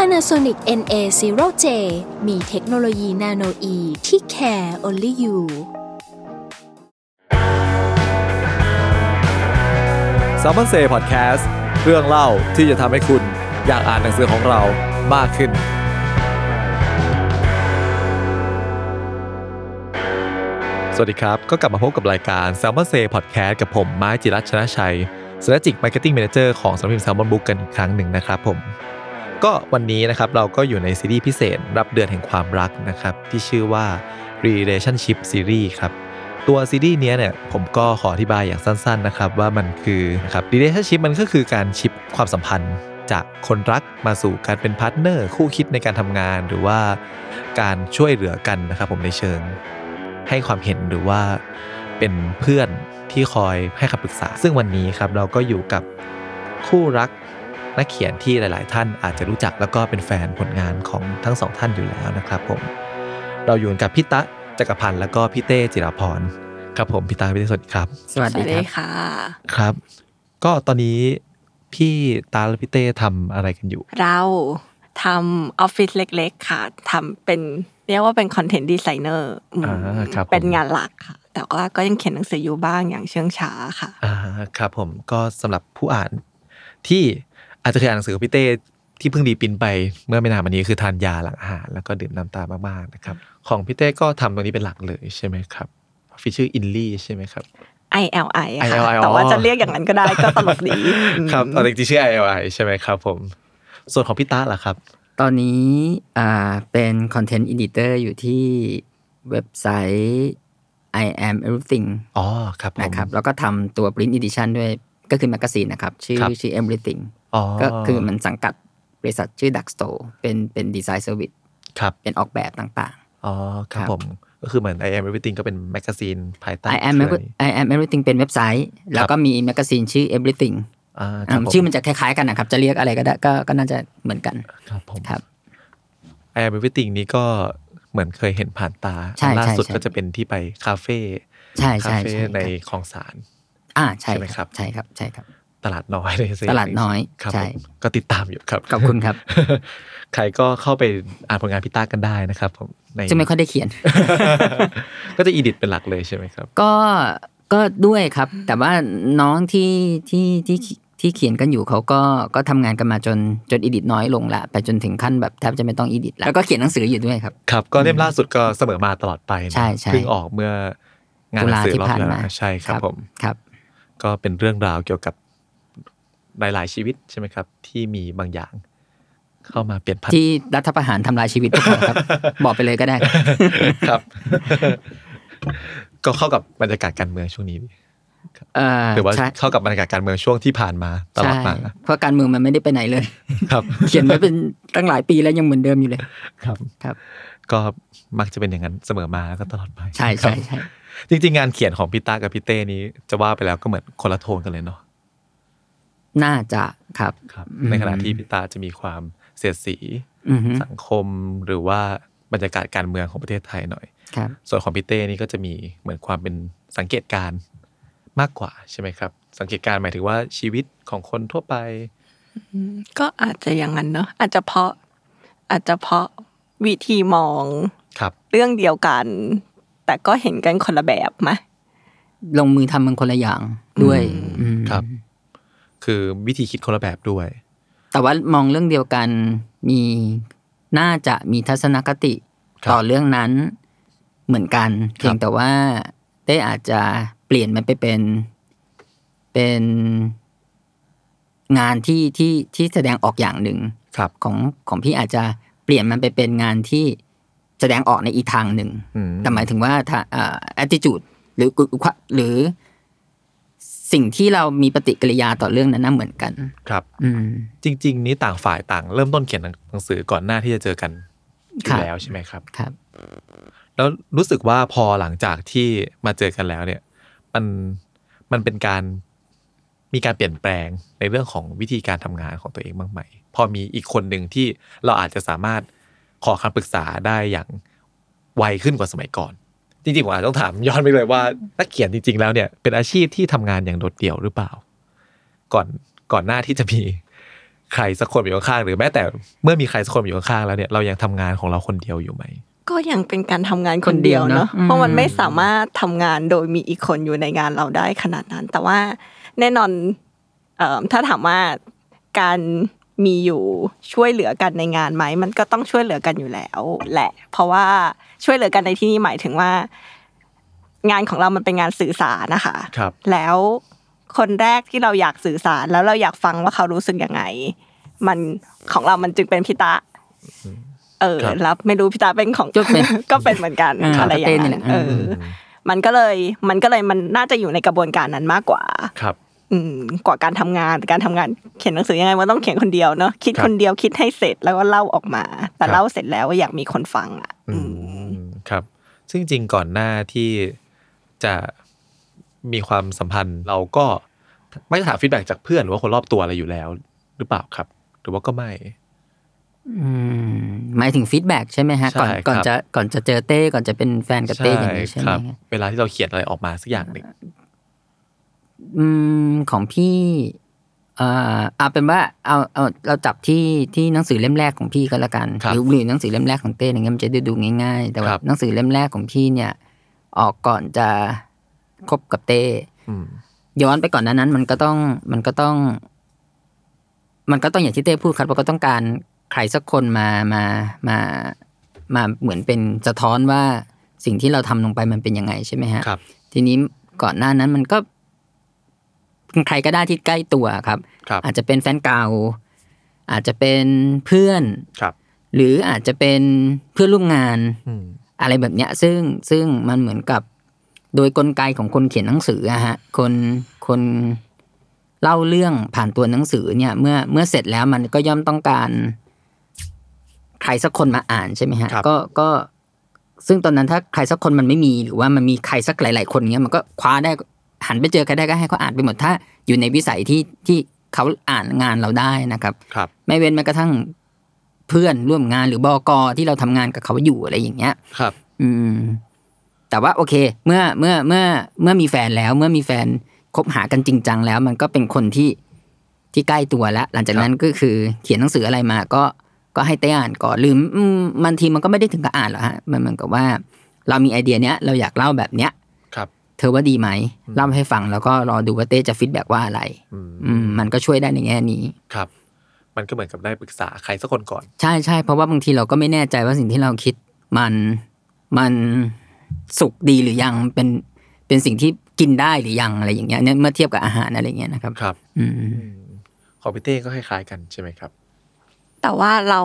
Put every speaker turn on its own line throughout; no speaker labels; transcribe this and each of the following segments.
Panasonic NA0J มีเทคโนโลยีนาโนอีที่ care only you
ซ l ม o n เซ่พอดแคสต์เรื่องเล่าที่จะทำให้คุณอยากอ่านหนังสือของเรามากขึ้น สวัสดีครับ ก็กลับมาพบกับรายการ s ซ l ม o n เซ่พอดแคสต์กับผมไม้จิรัชชนะชัย Strategic Marketing Manager ของสำนักพิมพ์ Salmon Book กันอีกครั้งหนึ่งนะครับผม ก็วันนี้นะครับเราก็อยู่ในซีรีส์พิเศษรับเดือนแห่งความรักนะครับ ที่ชื่อว่า Relationship Series ครับ ตัวซีรีส์เนี้ยเนี่ยผมก็ขออธิบายอย่างสั้นๆนะครับว่ามันคือนะครับ relationship มันก็คือการชิปความสัมพันธ์ จากคนรักมาสู่การเป็นพาร์ทเนอร์ คู่คิดในการทำงานหรือว่าการช่วยเหลือกันนะครับผมในเชิง ให้ความเห็นหรือว่าเป็นเพื่อนที่คอยให้คำปรึกษา ซึ่งวันนี้ครับเราก็อยู่กับคู่รักนักเขียนที่หลาย ๆ ท่านอาจจะรู้จักแล้วก็เป็นแฟนผลงานของทั้งสองท่านอยู่แล้วนะครับผมเราอยู่กับพี่ตะจักรพันธ์แล้วก็พี่เต้จิราพรครับผมพี่ตะพี่เต้สวัสดีครับ
สวัสดีครับ
ค่ะ
ครับ ก็ตอนนี้พี่ตาและพี่เต้ทำอะไรกันอยู่
เราทำออฟฟิศเล็ก ๆ ค่ะทำเป็นเรียกว่าเป็นคอนเทนต์ดีไซเนอร์
อ่าครับผม
เป็นงานหลักค่ะ แต่ว่าก็ยังเขียนหนังสืออยู่บ้างอย่างเชื่องช้าค่ะ
อ่าครับผมก็สำหรับผู้อ่านที่อาจจะเคยอ่านหนังสือของพี่เต้ที่เพิ่งดีปรินไปเมื่อไม่นานมานี้คือทานยาหลังอาหาร แล้วก็ดื่มน้ำตามากๆนะครับ ของพี่เต้ก็ทำตรงนี้เป็นหลักเลยใช่ไหมครับฟีชื่ออินลี่ใช่ไหมครับ
ILI ค่ะ
ILI
แต่ว่า
อ๋อ
จะเรียกอย่างนั้นก็ได้ก็ตลกดีอืม
ครับเอาจริงๆชื่อ IOI ใช่ไหมครับผม ส่วนของพี่ตาล่ะครับ
ตอนนี้อ่าเป็นคอนเทนต์อิดิเตอร์อยู่ที่เว็บไซต์ I am everything
อ๋อครับผม
นะครับ แล้วก็ทำตัว Print Edition ด้วย ก็คือแมกกาซีนนะครับ ชื่อ
ครับ
ชื่อ everything
อ๋อ
ก็คือมันสังกัดบริษัทชื่อ Dark Store เป็นเป็นดีไซน์เซอร์วิส
ครับ
เป็นออกแบบต่าง
อ๋อครับ
ครับ
ผมก็คือเหมือน I am everything ก็เป็นแมกกาซีนภายใต้
ๆ I am
เครือ
Every-
นี้
I am everything เป็นเว็บไซต์ แล้วก็มีแมกกาซีนชื่อ everything
อ่าค
อ่า
รับผ
ชื่อมันจะคล้ายๆกันนะครับ จะเรียกอะไรก็ได้ก็ก็น่าจะเหมือนกัน
ครับผม
ครับ
ไอแอมเอฟติงนี้ก็เหมือนเคยเห็นผ่านตา
ใช่
อันล่าสุด
ใช่ใช่
ก็จะเป็นที่ไปคาเฟ่
ใช่
คา
ใช่
เฟ่
ใช่
ใน
ครับ
คลองสาร
อ่าใช่
ใช่ไหมครับ
ใช่ครับใช่ครับ
ตลาดน้อย ในเซ
ตลาดน้อย
ครับ
ใช่
ผมก็ติดตามอยู่ครับ
ขอบคุณครับ
ใครก็เข้าไปอ่านผลงานพี่ต้ากันได้นะครับผมใน
ซึ่งไม่ค่อยได้เขียน
ก็จะอีดิทเป็นหลักเลยใช่ไหมครับ
ก็ก็ด้วยครับ แต่ว่าน้องที่ที่ที่ที่เขียนกันอยู่เขาก็ก็ทำงานกันมาจนจนอีดิทน้อยลงละไปจนถึงขั้นแบบแทบจะไม่ต้องอีดิทแล้วก็เขียนหนังสืออยู่ด้วยครับ
ครับ ก็เล่มล่าสุดก็เสมอมาตลอดไปนะ
ใช่ใช่
เพิ่งออกเมื่องาน
ตุ
หนั
ลาง
สือ
ที่
รอบ
ผ่าน
แล้ว
มา
ใช่ครับผม
ครับ
ก็เป็นเรื่องราวเกี่ยวกับหลาย ๆ ชีวิตใช่ไหมครับ ที่มีบางอย่าง เข้ามาเปลี่ยนผัน
ที่รัฐประหารทำลายชีวิตพวกเราครับ บอกไปเลยก็ได้ครับ
ครับ ก็เข้ากับบรรยากาศการเมืองช่วงนี้ดิ
เอ่อ
หรือว่า
ใช่
เข้ากับบรรยากาศการเมืองช่วงที่ผ่านมาตลอดมา
ใช่เพราะการเมืองมันไม่ได้ไปไหนเลย
ครับ
เขียนไว้เป็นตั้งหลายปีแล้วยังเหมือนเดิมอยู่เลย
ครับ
ครับ
ก็มักจะเป็นอย่างนั้นเสมอมาแล้วก็ตลอดไป
ใช่
ค
ใช่
รับ
ใช่
จริง ๆ งานเขียนของพี่ตากับพี่เต้นี้ จะว่าไปแล้วก็เหมือนคนละโทนกันเลยเนาะ
น่าจะครับ
ครับ
อืม
ในขณะที่พี่ตาจะมีความเสียดสี
อือฮึ
สังคมหรือว่าบรรยากาศการเมืองของประเทศไทยหน่อย
ครับ
ส่วนของพี่เต้นี่ก็จะมีเหมือนความเป็นสังเกตการณ์มากกว่าใช่ไหมครับ สังเกตการณ์หมายถึงว่าชีวิตของคนทั่วไป
ก็อาจจะอย่างนั้นเนอะอาจจะเพราะอาจจะเพราะวิธีมอง
ครับ
เรื่องเดียวกัน แต่ก็เห็นกันคนละแบบไหม
ลงมือทำมันคนละอย่างด้วยอืม
ครับ คือวิธีคิดคนละแบบด้วย
แต่ว่ามองเรื่องเดียวกันมีน่าจะมีทัศนคติ
ครับ
ต่อเรื่องนั้นเหมือนกันเพียงแต่ว่าได้อาจจะเปลี่ยนมันไปเป็นเป็นงานที่ที่ที่แสดงออกอย่างหนึ่ง
ครับ
ของของพี่อาจจะเปลี่ยนมันไปเป็นงานที่แสดงออกในอีกทางหนึ่ง
อืม
แต่หมายถึงว่าถ้าเอ่อ attitude หรือกุหรือ สิ่งที่เรามีปฏิกิริยาต่อเรื่องนั้นน่ะเหมือนกัน
ครับ
อืม
จริง ๆ นี้ต่างฝ่ายต่าง เริ่มต้นเขียนหนังสือก่อนหน้าที่จะเจอกัน อ
ครั
ยู่
บ
แล้วใช่ไหมครับ
ครับ
แล้วรู้สึกว่าพอหลังจากที่มาเจอกันแล้วเนี่ย มันมันเป็นการมีการเปลี่ยนแปลงในเรื่องของวิธีการทำงานของตัวเองบ้างไหมพอมีอีกคนหนึ่งที่เราอาจจะสามารถขอคำปรึกษาได้อย่างไวขึ้นกว่าสมัยก่อน จริงๆผมอาจจะต้องถามย้อนไปเลยว่านักเขียนจริง ๆ แล้วเนี่ยเป็นอาชีพที่ทำงานอย่างโดดเดี่ยวหรือเปล่า ก่อนก่อนหน้าที่จะมีใครสักคนมาอยู่ข้างๆหรือแม้แต่เมื่อมีใครสักคนมาอยู่ข้างๆแล้วเนี่ยเรายังทำงานของเราคนเดียวอยู่ไหม
ก็ยังเป็นการทำงานคนเดียว
คนเดียวเน
เนาะ
อะอืม
เพราะมันไม่สามารถทำงานโดยมีอีกคนอยู่ในงานเราได้ขนาดนั้น แต่ว่าแน่นอนเอิ่มถ้าถามว่าการมีอยู่ช่วยเหลือกันในงานไหมมันก็ต้องช่วยเหลือกันอยู่แล้วแหละ เพราะว่าช่วยเหลือกันในที่นี้หมายถึงว่า งานของเรามันเป็นงานสื่อสารนะคะ
ครับ
แล้วคนแรกที่เราอยากสื่อสารแล้วเราอยากฟังว่าเขารู้สึกยังไง มันของเรามันจึงเป็นพิตะ เออ
ครับ
รับไม่รู้พิตาเป็นของ
ก็เป็น
ก็เป็นเหมือนกัน
อ่า
อะไรอย่าง
ก็เป็นนี่
นั้
แห
น
ละ
เอออ มันก็เลยมันก็เลยมันน่าจะอยู่ในกระบวนการนั้นมากกว่า
ครับ
อืมกว่าการทำงานแต่การทำงานเขียนหนังสือยังไงมันต้องเขียนคนเดียวเนาะคิด
ครับ
คนเดียวคิดให้เสร็จแล้วก็เล่าออกมา แต่
ครับ
เล่าเสร็จแล้วอยากมีคนฟังอ่ะ
อืมครับ ซึ่งจริงๆก่อนหน้าที่จะมีความสัมพันธ์ เราก็ไม่ได้หาฟีดแบ็จากเพื่อนหรือว่าคนรอบตัวอะไรอยู่แล้ว หรือเปล่าครับ หรือว่าก็ไม่
อืมหมายถึงฟีดแบ็กใช่ไหมฮะ ก่อน
ใช่ครับ
ก่อนจะก่อนจะเจอเต้ก่อนจะเป็นแฟนกับเต้อย่างนี้ใช่ไห
ค
ม
รั
ฮะ
เวลาที่เราเขียนอะไรออกมาสักอย่างหนึ่ง
อืมของพี่เอ่อเอาเป็นว่าเอาเอาเราจับที่ที่หนังสือเล่มแรกของพี่ก็แล้วกันหรือหรือหนังสือเล่มแรกของเต้อย่างเงี้ยมันจะได้ดูง่ายๆ แต่ว่าหนังสือเล่มแรกของพี่เนี่ย ออกก่อนจะคบกับเต้
อืม
ย้อนไปก่อนหนั้นนั้น มันก็ต้องมันก็ต้อง มันก็ต้องอย่างที่เต้พูดครับว่าก็ต้องการใครสักคนมามามามาเหมือนเป็นสะท้อนว่าสิ่งที่เราทำลงไปมันเป็นยังไงใช่ไหมฮะ
ครับ
ทีนี้ก่อนหน้านั้นมันก็ใครก็ได้ที่ใกล้ตัวครับ
ครับ
อาจจะเป็นแฟนเก่า อาจจะเป็นเพื่อน
ครับ
หรืออาจจะเป็นเพื่อนร่วมงาน
อืม
อะไรแบบเนี้ยซึ่งซึ่งมันเหมือนกับโดยกลไกของคนเขียนหนังสืออะฮะคนคนเล่าเรื่องผ่านตัวหนังสือเนี่ย เมื่อเมื่อเสร็จแล้วมันก็ย่อมต้องการ ใครสักคนมาอ่านใช่ไหมฮะ
ครับ
ก็ก็ซึ่งตอนนั้นถ้าใครสักคนมันไม่มี หรือว่ามันมีใครสักหลาย ๆ คนเงี้ยมันก็คว้าได้หันไปเจอใครได้ก็ให้เขาอ่านไปหมดถ้า อยู่ในวิสัยที่ที่เขาอ่านงานเราได้นะครับ
ครับ
ไม่เว้นแม้กระทั่งเพื่อนร่วมงานหรือบอกอที่เราทำงานกับเขาอยู่อะไรอย่างเงี้ย
ครับ
อืม แต่ว่าโอเค เมื่อเมื่อเมื่อเมื่อมีแฟนแล้ว เมื่อมีแฟนคบหากันจริงจังแล้ว มันก็เป็นคนที่ที่ใกล้ตัวแล้วหลังจากนั้นก็คือเขียนหนังสืออะไรมาก็ก็ให้เต้อ่านก่อนหรืออืมบางทีมันก็ไม่ได้ถึงกับอ่านหรอกฮะมันเหมือนกับว่า เรามีไอเดียเนี้ยเราอยากเล่าแบบเนี้ย
ครับ
เธอว่าดีไหมเล่าให้ฟังแล้วก็รอดูว่าเต้จะฟีดแบ็กว่าอะไร
อืม
อืม มันก็ช่วยได้ในแง่นี้
ครับ มันก็เหมือนกับได้ปรึกษาใครสักคนก่อน
ใช่ใช่เพราะว่าบางทีเราก็ไม่แน่ใจว่าสิ่งที่เราคิดมันมันสุกดีหรือยังเป็นเป็นสิ่งที่กินได้หรือยังอะไรอย่างเงี้ยเนี่ยเมื่อเทียบกับอาหารอะไรอย่างเงี้ยนะครับ
ครับ
อืม
อืมของพี่เต้ก็คล้ายๆกันใช่ไหมครับ
แต่ว่าเรา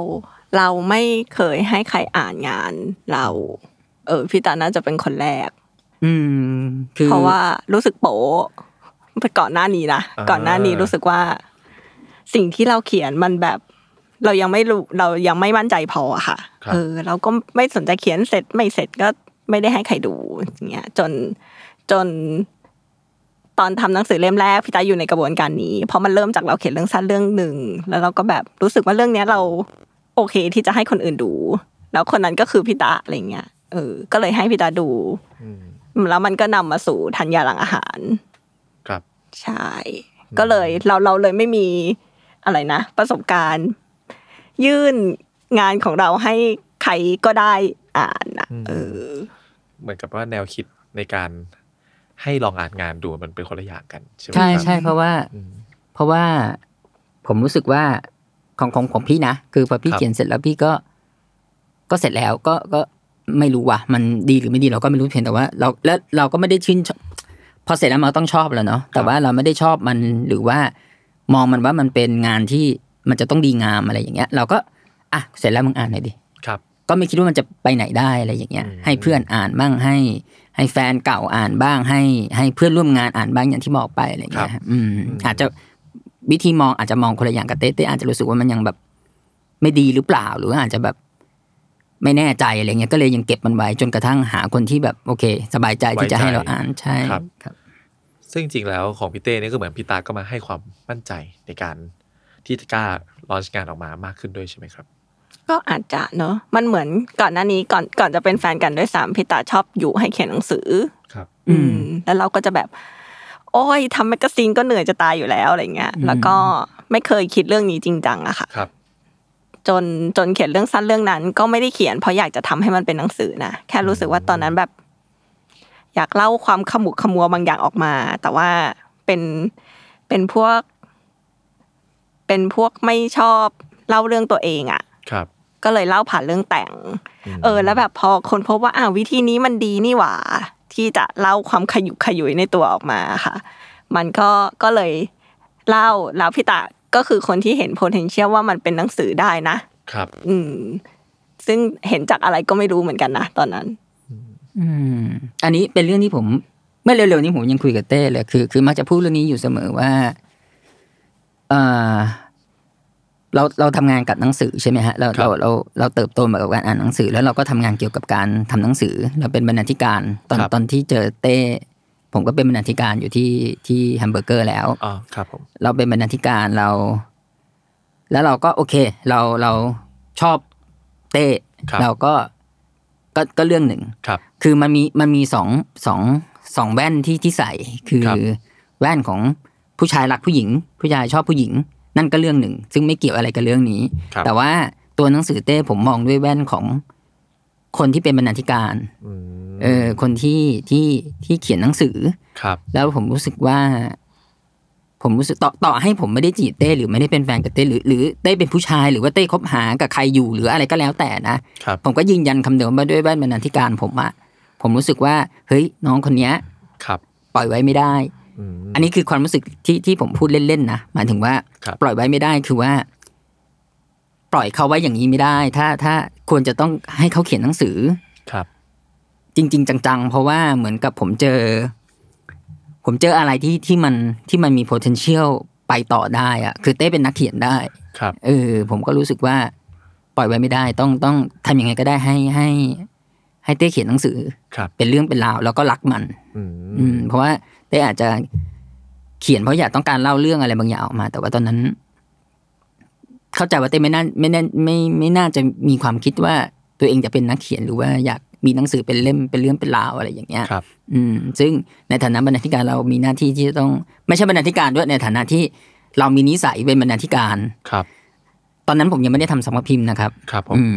เราไม่เคยให้ใครอ่านงานเรา เออพี่ตาน่าจะเป็นคนแรก
อืม คือ
เพราะว่ารู้สึกโป๊ะก่อนหน้านี้นะ
อ่า
ก่อนหน้านี้รู้สึกว่า สิ่งที่เราเขียนมันแบบ เรายังไม่รู้เรายังไม่มั่นใจพออะค่ะเออ เราก็ไม่สนใจเขียนเสร็จไม่เสร็จก็ไม่ได้ให้ใครดูอย่างเงี้ย จนจน ตอนทำหนังสือเล่มแรกพี่ตาอยู่ในกระบวนการนี้ เพราะมันเริ่มจากเราเขียนเรื่องสั้นเรื่องหนึ่งแล้วเราก็แบบรู้สึกว่าเรื่องเนี้ยเรา โอเคที่จะให้คนอื่นดู แล้วคนนั้นก็คือพี่ตาอะไรเงี้ยเออ ก็เลยให้พี่ตาดู
อืม
แล้วมันก็นำมาสู่ทัญญาหลังอาหาร
ครับ
ใช่ ก็เลยเราเราเลยไม่มีอะไรนะ ประสบการณ์ ยื่นงานของเราให้ใครก็ได้อ่านนะ
อืม
เออ
เหมือนกับว่าแนวคิดในการให้ลองอ่านงานดูมันเป็นคนละอย่างกันใช่ไหมค
ใช่
รับ
ใช่เพราะว่า
อืม
เพราะว่าผมรู้สึกว่าของของของพี่นะคือพอพี่
ครับ
เขียนเสร็จแล้วพี่ก็ ก็เสร็จแล้วก็ก็ไม่รู้ว่ะมันดีหรือไม่ดีเราก็ไม่รู้เพียงแต่ว่า เราแล้วเราก็ไม่ได้ชื่นชอบพอเสร็จแล้วมันก็ต้องชอบแล้วเนาะแต่ว่าเราไม่ได้ชอบมันหรือว่ามองมันว่ามันเป็นงานที่มันจะต้องดีงามอะไรอย่างเงี้ย เราก็อ่ะเสร็จแล้วมึงอ่านหน่อยดิ
ครับ
ก็ไม่คิดว่ามันจะไปไหนได้อะไรอย่างเงี้ย
อืม
ให้เพื่อนอ่านบ้างให้ ให้แฟนเก่าอ่านบ้างให้ ให้เพื่อนร่วมงานอ่านบ้างอย่างที่บอกไปอะไรอย่างเงี้ยฮะอืม อาจจะวิธีมองอาจจะมองคนละอย่างกับเต้เต้อาจจะรู้สึกว่ามันยังแบบ ไม่ดีหรือเปล่าหรือว่าอาจจะแบบ ไม่แน่ใจอะไรเงี้ยก็เลยยังเก็บมันไว้จนกระทั่งหาคนที่แบบโอเค สบายใจที่จะให้เราอ่านใช่
ครับ
ครับ
ซึ่งจริงๆแล้วของพี่เต้เนี่ยก็เหมือนพี่ตาก็มาให้ความมั่นใจในการที่จะกล้าลอนช์งานออกมามากขึ้นด้วยใช่ไหมครับ
ก็อาจจะเนอะมันเหมือนก่อนหน้านี้ก่อนก่อนจะเป็นแฟนกันด้วยซ้ำพี่ตาชอบอยู่ให้เขียนหนังสือ
ครับ
อืม
แล้วเราก็จะแบบ โอ้ยทำแมกกาซีนก็เหนื่อยจะตายอยู่แล้วอะไรเงี้ย
อืม
แล้วก็ไม่เคยคิดเรื่องนี้จริงจังอะค่ะ
ครับ
จนจนเขียนเรื่องสั้นเรื่องนั้น ก็ไม่ได้เขียนเพราะอยากจะทำให้มันเป็นหนังสือนะแค่รู้สึกว่าตอนนั้นแบบ อยากเล่าความขมุกขมัวบางอย่างออกมา แต่ว่าเป็นเป็นพวก เป็นพวกไม่ชอบเล่าเรื่องตัวเองอะ
ครับ
ก็เลยเล่าผ่านเรื่องแต่ง
ม
เออ แล้วแบบพอคนพบว่าอ้าววิธีนี้มันดีนี่หว่า ที่จะเล่าความขยุกขยุยในตัวออกมาค่ะ มันก็ก็เลยเล่าแล้วพี่ตาก็คือคนที่เห็น potential ว่ามันเป็นหนังสือได้นะ
ครับ
อืม ซึ่งเห็นจากอะไรก็ไม่รู้เหมือนกันนะตอนนั้น
อืมอันนี้เป็นเรื่องที่ผมเมื่อเร็วๆนี้ผมยังคุยกับเต้เลยคือ คือมักจะพูดเรื่องนี้อยู่เสมอว่าเออเราเราทำงานกับหนังสือใช่ไหมฮะเรา
ครับ
เราเราเราเติบโตมากับการอ่านหนังสือ แล้วเราก็ทำงานเกี่ยวกับการทำหนังสือ เราเป็นบรรณาธิการ ตอนตอนที่เจอเต้ ผมก็เป็นบรรณาธิการอยู่ที่ที่แฮมเบอร์เกอร์แล้ว
อ๋อครับผม
เราเป็นบรรณาธิการเรา แล้วเราก็โอเค เราเราชอบเต้
ครับ
เราก็ก็ก็เรื่องหนึ่ง
ครับ
คือมันมีมันมีสองสองสองแว่นที่ที่ใส่ คือ
ครับ
แว่นของผู้ชายรักผู้หญิง ผู้ชายชอบผู้หญิง นั่นก็เรื่องหนึ่ง ซึ่งไม่เกี่ยวอะไรกับเรื่องนี้
ครับ
แต่ว่าตัวหนังสือเต้ผมมองด้วยแว่นของคนที่เป็นบรรณาธิการ
อืม
เออคนที่ที่ที่เขียนหนังสือ
ครับ
แล้วผมรู้สึกว่า ผมรู้สึกต่อต่อให้ผมไม่ได้จีบเต้หรือไม่ได้เป็นแฟนกับเต้หรือหรือเต้เป็นผู้ชายหรือว่าเต้คบหากับใครอยู่หรืออะไรก็แล้วแต่นะ
ครับ
ผมก็ยืนยันคำเดิมมาด้วยแว่นบรรณาธิการผมอะผมรู้สึกว่า เฮ้ยน้องคนเนี้ย
ครับ
ปล่อยไว้ไม่ได้
อืม
อันนี้คือความรู้สึกที่ที่ผมพูดเล่นๆนะหมายถึงว่า
ครับ
ปล่อยไว้ไม่ได้คือว่า ปล่อยเขาไว้อย่างนี้ไม่ได้ ถ้าถ้าควรจะต้องให้เขาเขียนหนังสือ
ครับ
จริง ๆ จัง ๆ เพราะว่าเหมือนกับผมเจอ ผมเจออะไรที่ที่มันที่มันมี potential ไปต่อได้อะคือเต้เป็นนักเขียนได้
ครับ
เออผมก็รู้สึกว่า ปล่อยไว้ไม่ได้ต้องต้องทำยังไงก็ได้ให้ให้ ให้เต้เขียนหนังสือ
ครับ
เป็นเรื่องเป็นราวแล้วก็รักมัน
อื
อื
ม
ม เพราะว่าเต้อาจจะเขียนเพราะอยากต้องการเล่าเรื่องอะไรบางอย่างออกมา แต่ว่าตอนนั้น เข้าใจว่าเต้ไม่น่าไม่น่าไม่ไม่ไม่น่าจะมีความคิดว่าตัวเองจะเป็นนักเขียนหรือว่าอยากมีหนังสือเป็นเล่มเป็นเรื่องเป็นราวอะไรอย่างเงี้ย
ครับ
อืมซึ่งในฐานะบรรณาธิการเรามีหน้าที่ที่จะต้อง ไม่ใช่บรรณาธิการด้วยในฐานะที่เรามีนิสัยเป็นบรรณาธิการ
ครับ
ตอนนั้นผมยังไม่ได้ทำสำนักพิมพ์นะครับ
ครับผม
อืม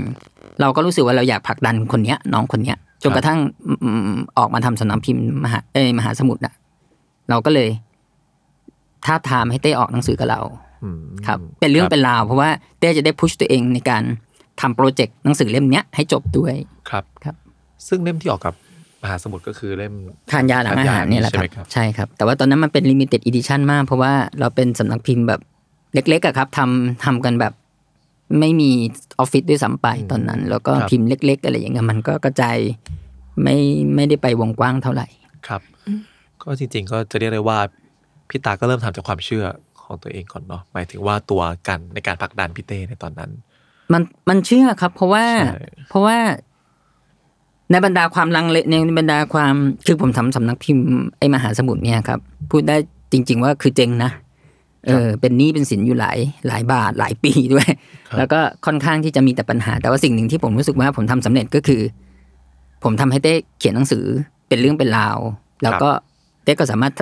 เราก็รู้สึกว่าเราอยากผลักดันคนเนี้ย น้องคนเนี้ยจนกระทั่งอืมออกมาทำสำนักพิมพ์มหาเอยมหาสมุทรอะเราก็เลยท้าบทามให้เต้ออกหนังสือกับเรา
อืม
ครับ เป็นเรื่องเป็นราวเพราะว่าเต้จะได้พุชตัวเองในการทำโปรเจกต์หนังสือเล่มเนี้ยให้จบด้วย
ครับ
ครับ
ซึ่งเล่มที่ออกกับมหาสมุทรก็คือเล่ม
ทานยาหลังอาหารเนี่ยแหละครับ
ใช่ไหมครับ
ใช่ครับ แต่ว่าตอนนั้นมันเป็นลิมิเต็ดอีดิชันมาก เพราะว่าเราเป็นสำนักพิมพ์แบบเล็กๆอะครับทำทำกันแบบไม่มีออฟฟิศด้วยซ้ำไปตอนนั้น แล้วก็พิมพ์เล็ก ๆ อะไรอย่างเงี้ยมันก็กระจายไม่ไม่ได้ไปวงกว้างเท่าไหร่
ครับ ก็จริง ๆ ก็จะเรียกได้ว่าพี่ตาก็เริ่มทำจากความเชื่อของตัวเองก่อนเนาะหมายถึงว่าตัวกันในการผลักดันพี่เต้ในตอนนั้น
มันมันเชื่อครับ เพราะว่า
ใช่
เพราะว่าในบรรดาความลังเลในบรรดาความคือผมทำสำนักพิมพ์ไอ้มหาสมุทรเนี่ยครับ พูดได้จริง ๆ ว่าคือเจ๊งนะเออ เป็นหนี้เป็นสินอยู่หลายหลายบาทหลายปีด้วย แล้วก็ค่อนข้างที่จะมีแต่ปัญหา แต่ว่าสิ่งหนึ่งที่ผมรู้สึกว่าผมทำสำเร็จก็คือ ผมทำให้เต้เขียนหนังสือเป็นเรื่องเป็นราว แล้วก็เต้ก็สามารถ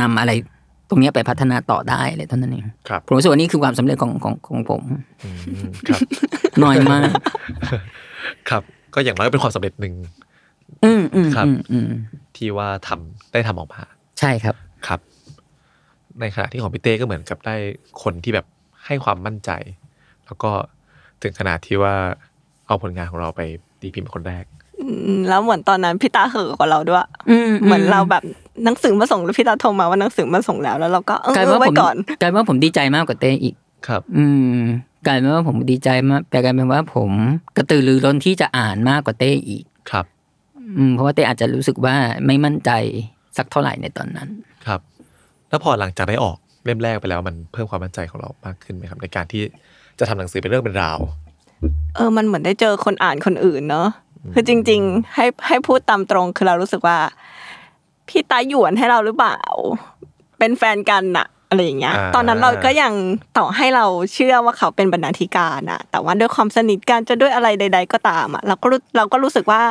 นำอะไรตรงเนี้ยไปพัฒนาต่อได้อะไรเท่านั้นเอง
ครับ
ผมรู้สึกว่านี่คือความสำเร็จของของของผม
อืมครับ
น้อยมาก
ครับ ก็อย่างน้อยก็เป็นความสำเร็จหนึ่ง
อืมอืม
ครับ
อืมอืม
ที่ว่าทำได้ทำออกมา
ใช่ครับ
ครับ ในขณะที่ของพี่เต้ก็เหมือนกับได้คนที่แบบให้ความมั่นใจ แล้วก็ถึงขนาดที่ว่าเอาผลงานของเราไปตีพิมพ์เป็นคนแรก
อืมแล้วเหมือนตอนนั้นพี่ตาเห่อะกว่าเราด้วย
อืม
เหมือนเราแบบหนังสือมาส่งแล้วพี่ตาโทรมาว่าหนังสือมาส่งแล้วแล้วเราก็เออก
ลายเป็นว่า
ไว้
ผม
ก่อน
กลายเป็นว่าผมดีใจมากกว่าเต้อีก
ครับ
อืมกลายเป็นว่าผมดีใจมากแต่กลายเป็นว่าผมกระตือรือร้นที่จะอ่านมากกว่าเต้อีก
ครับ
อืมเพราะว่าเต้อาจจะรู้สึกว่าไม่มั่นใจสักเท่าไหร่ในตอน นั้น
ครับ แล้วพอหลังจากได้ออกเล่มแรกไปแล้วมันเพิ่มความมั่นใจของเรามากขึ้นไหมครับ ในการที่จะทำหนังสือเป็นเรื่องเป็นราว
เออมันเหมือนได้เจอคนอ่านคนอื่นเนอะคือจริง ๆ ให้ให้พูดตามตรงคือเรารู้สึกว่า พี่ตาหยวนให้เราหรือเปล่า เป็นแฟนกันน่ะอะไรอย่างเงี้ย
อ่า
ตอนนั้นเราก็ยังต่อให้เราเชื่อว่าเขาเป็นบรรณาธิการน่ะ แต่ว่าด้วยความสนิทกันจะด้วยอะไรใด ๆ ก็ตามอ่ะเราก็รู้เราก็รู้สึกว่า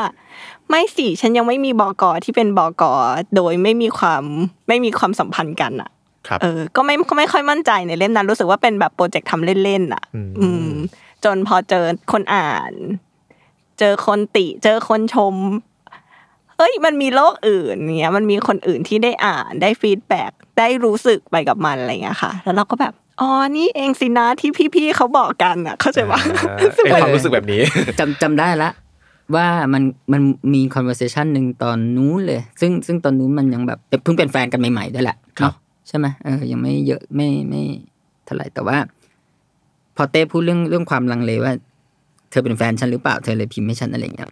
ไม่สิฉันยังไม่มีบอกอที่เป็นบอกอโดยไม่มีความไม่มีความสัมพันธ์กันอ่ะ
ครับ
เออ ก็ไม่ก็ไม่ค่อยมั่นใจในเล่มนั้นรู้สึกว่าเป็นแบบโปรเจกต์ทำเล่นๆอ่ะ
อืม
อืม จนพอเจอคนอ่าน เจอคนติ เจอคนชม เฮ้ย มันมีโลกอื่นเนี้ย มันมีคนอื่นที่ได้อ่าน ได้ฟีดแบ็กได้รู้สึกไปกับมันอะไรเงี้ยค่ะ แล้วเราก็แบบ อ๋อ นี่เองสินะที่พี่ๆเขาบอกกันอ่ะ เข้าใจปะ
อ่า
ซึ่ง
ไอ
มัน
ความรู้สึกแบบนี้
จำจำได้ละ ว่ามันมันมี conversation หนึ่งตอนนู้นเลย ซึ่งซึ่งตอนนู้นมันยังแบบเพิ่งเป็นแฟนกันใหม่ๆด้วยแหละ
ครับ
เนอะใช่ไหมเออยังไม่เยอะไม่ไม่เท่าไหร่แต่ว่า พอเต้พูดเรื่องเรื่องความลังเลว่า เธอเป็นแฟนฉันหรือเปล่าเธอเลยพิมพ์ให้ฉันอะไรอย่างเงี้ย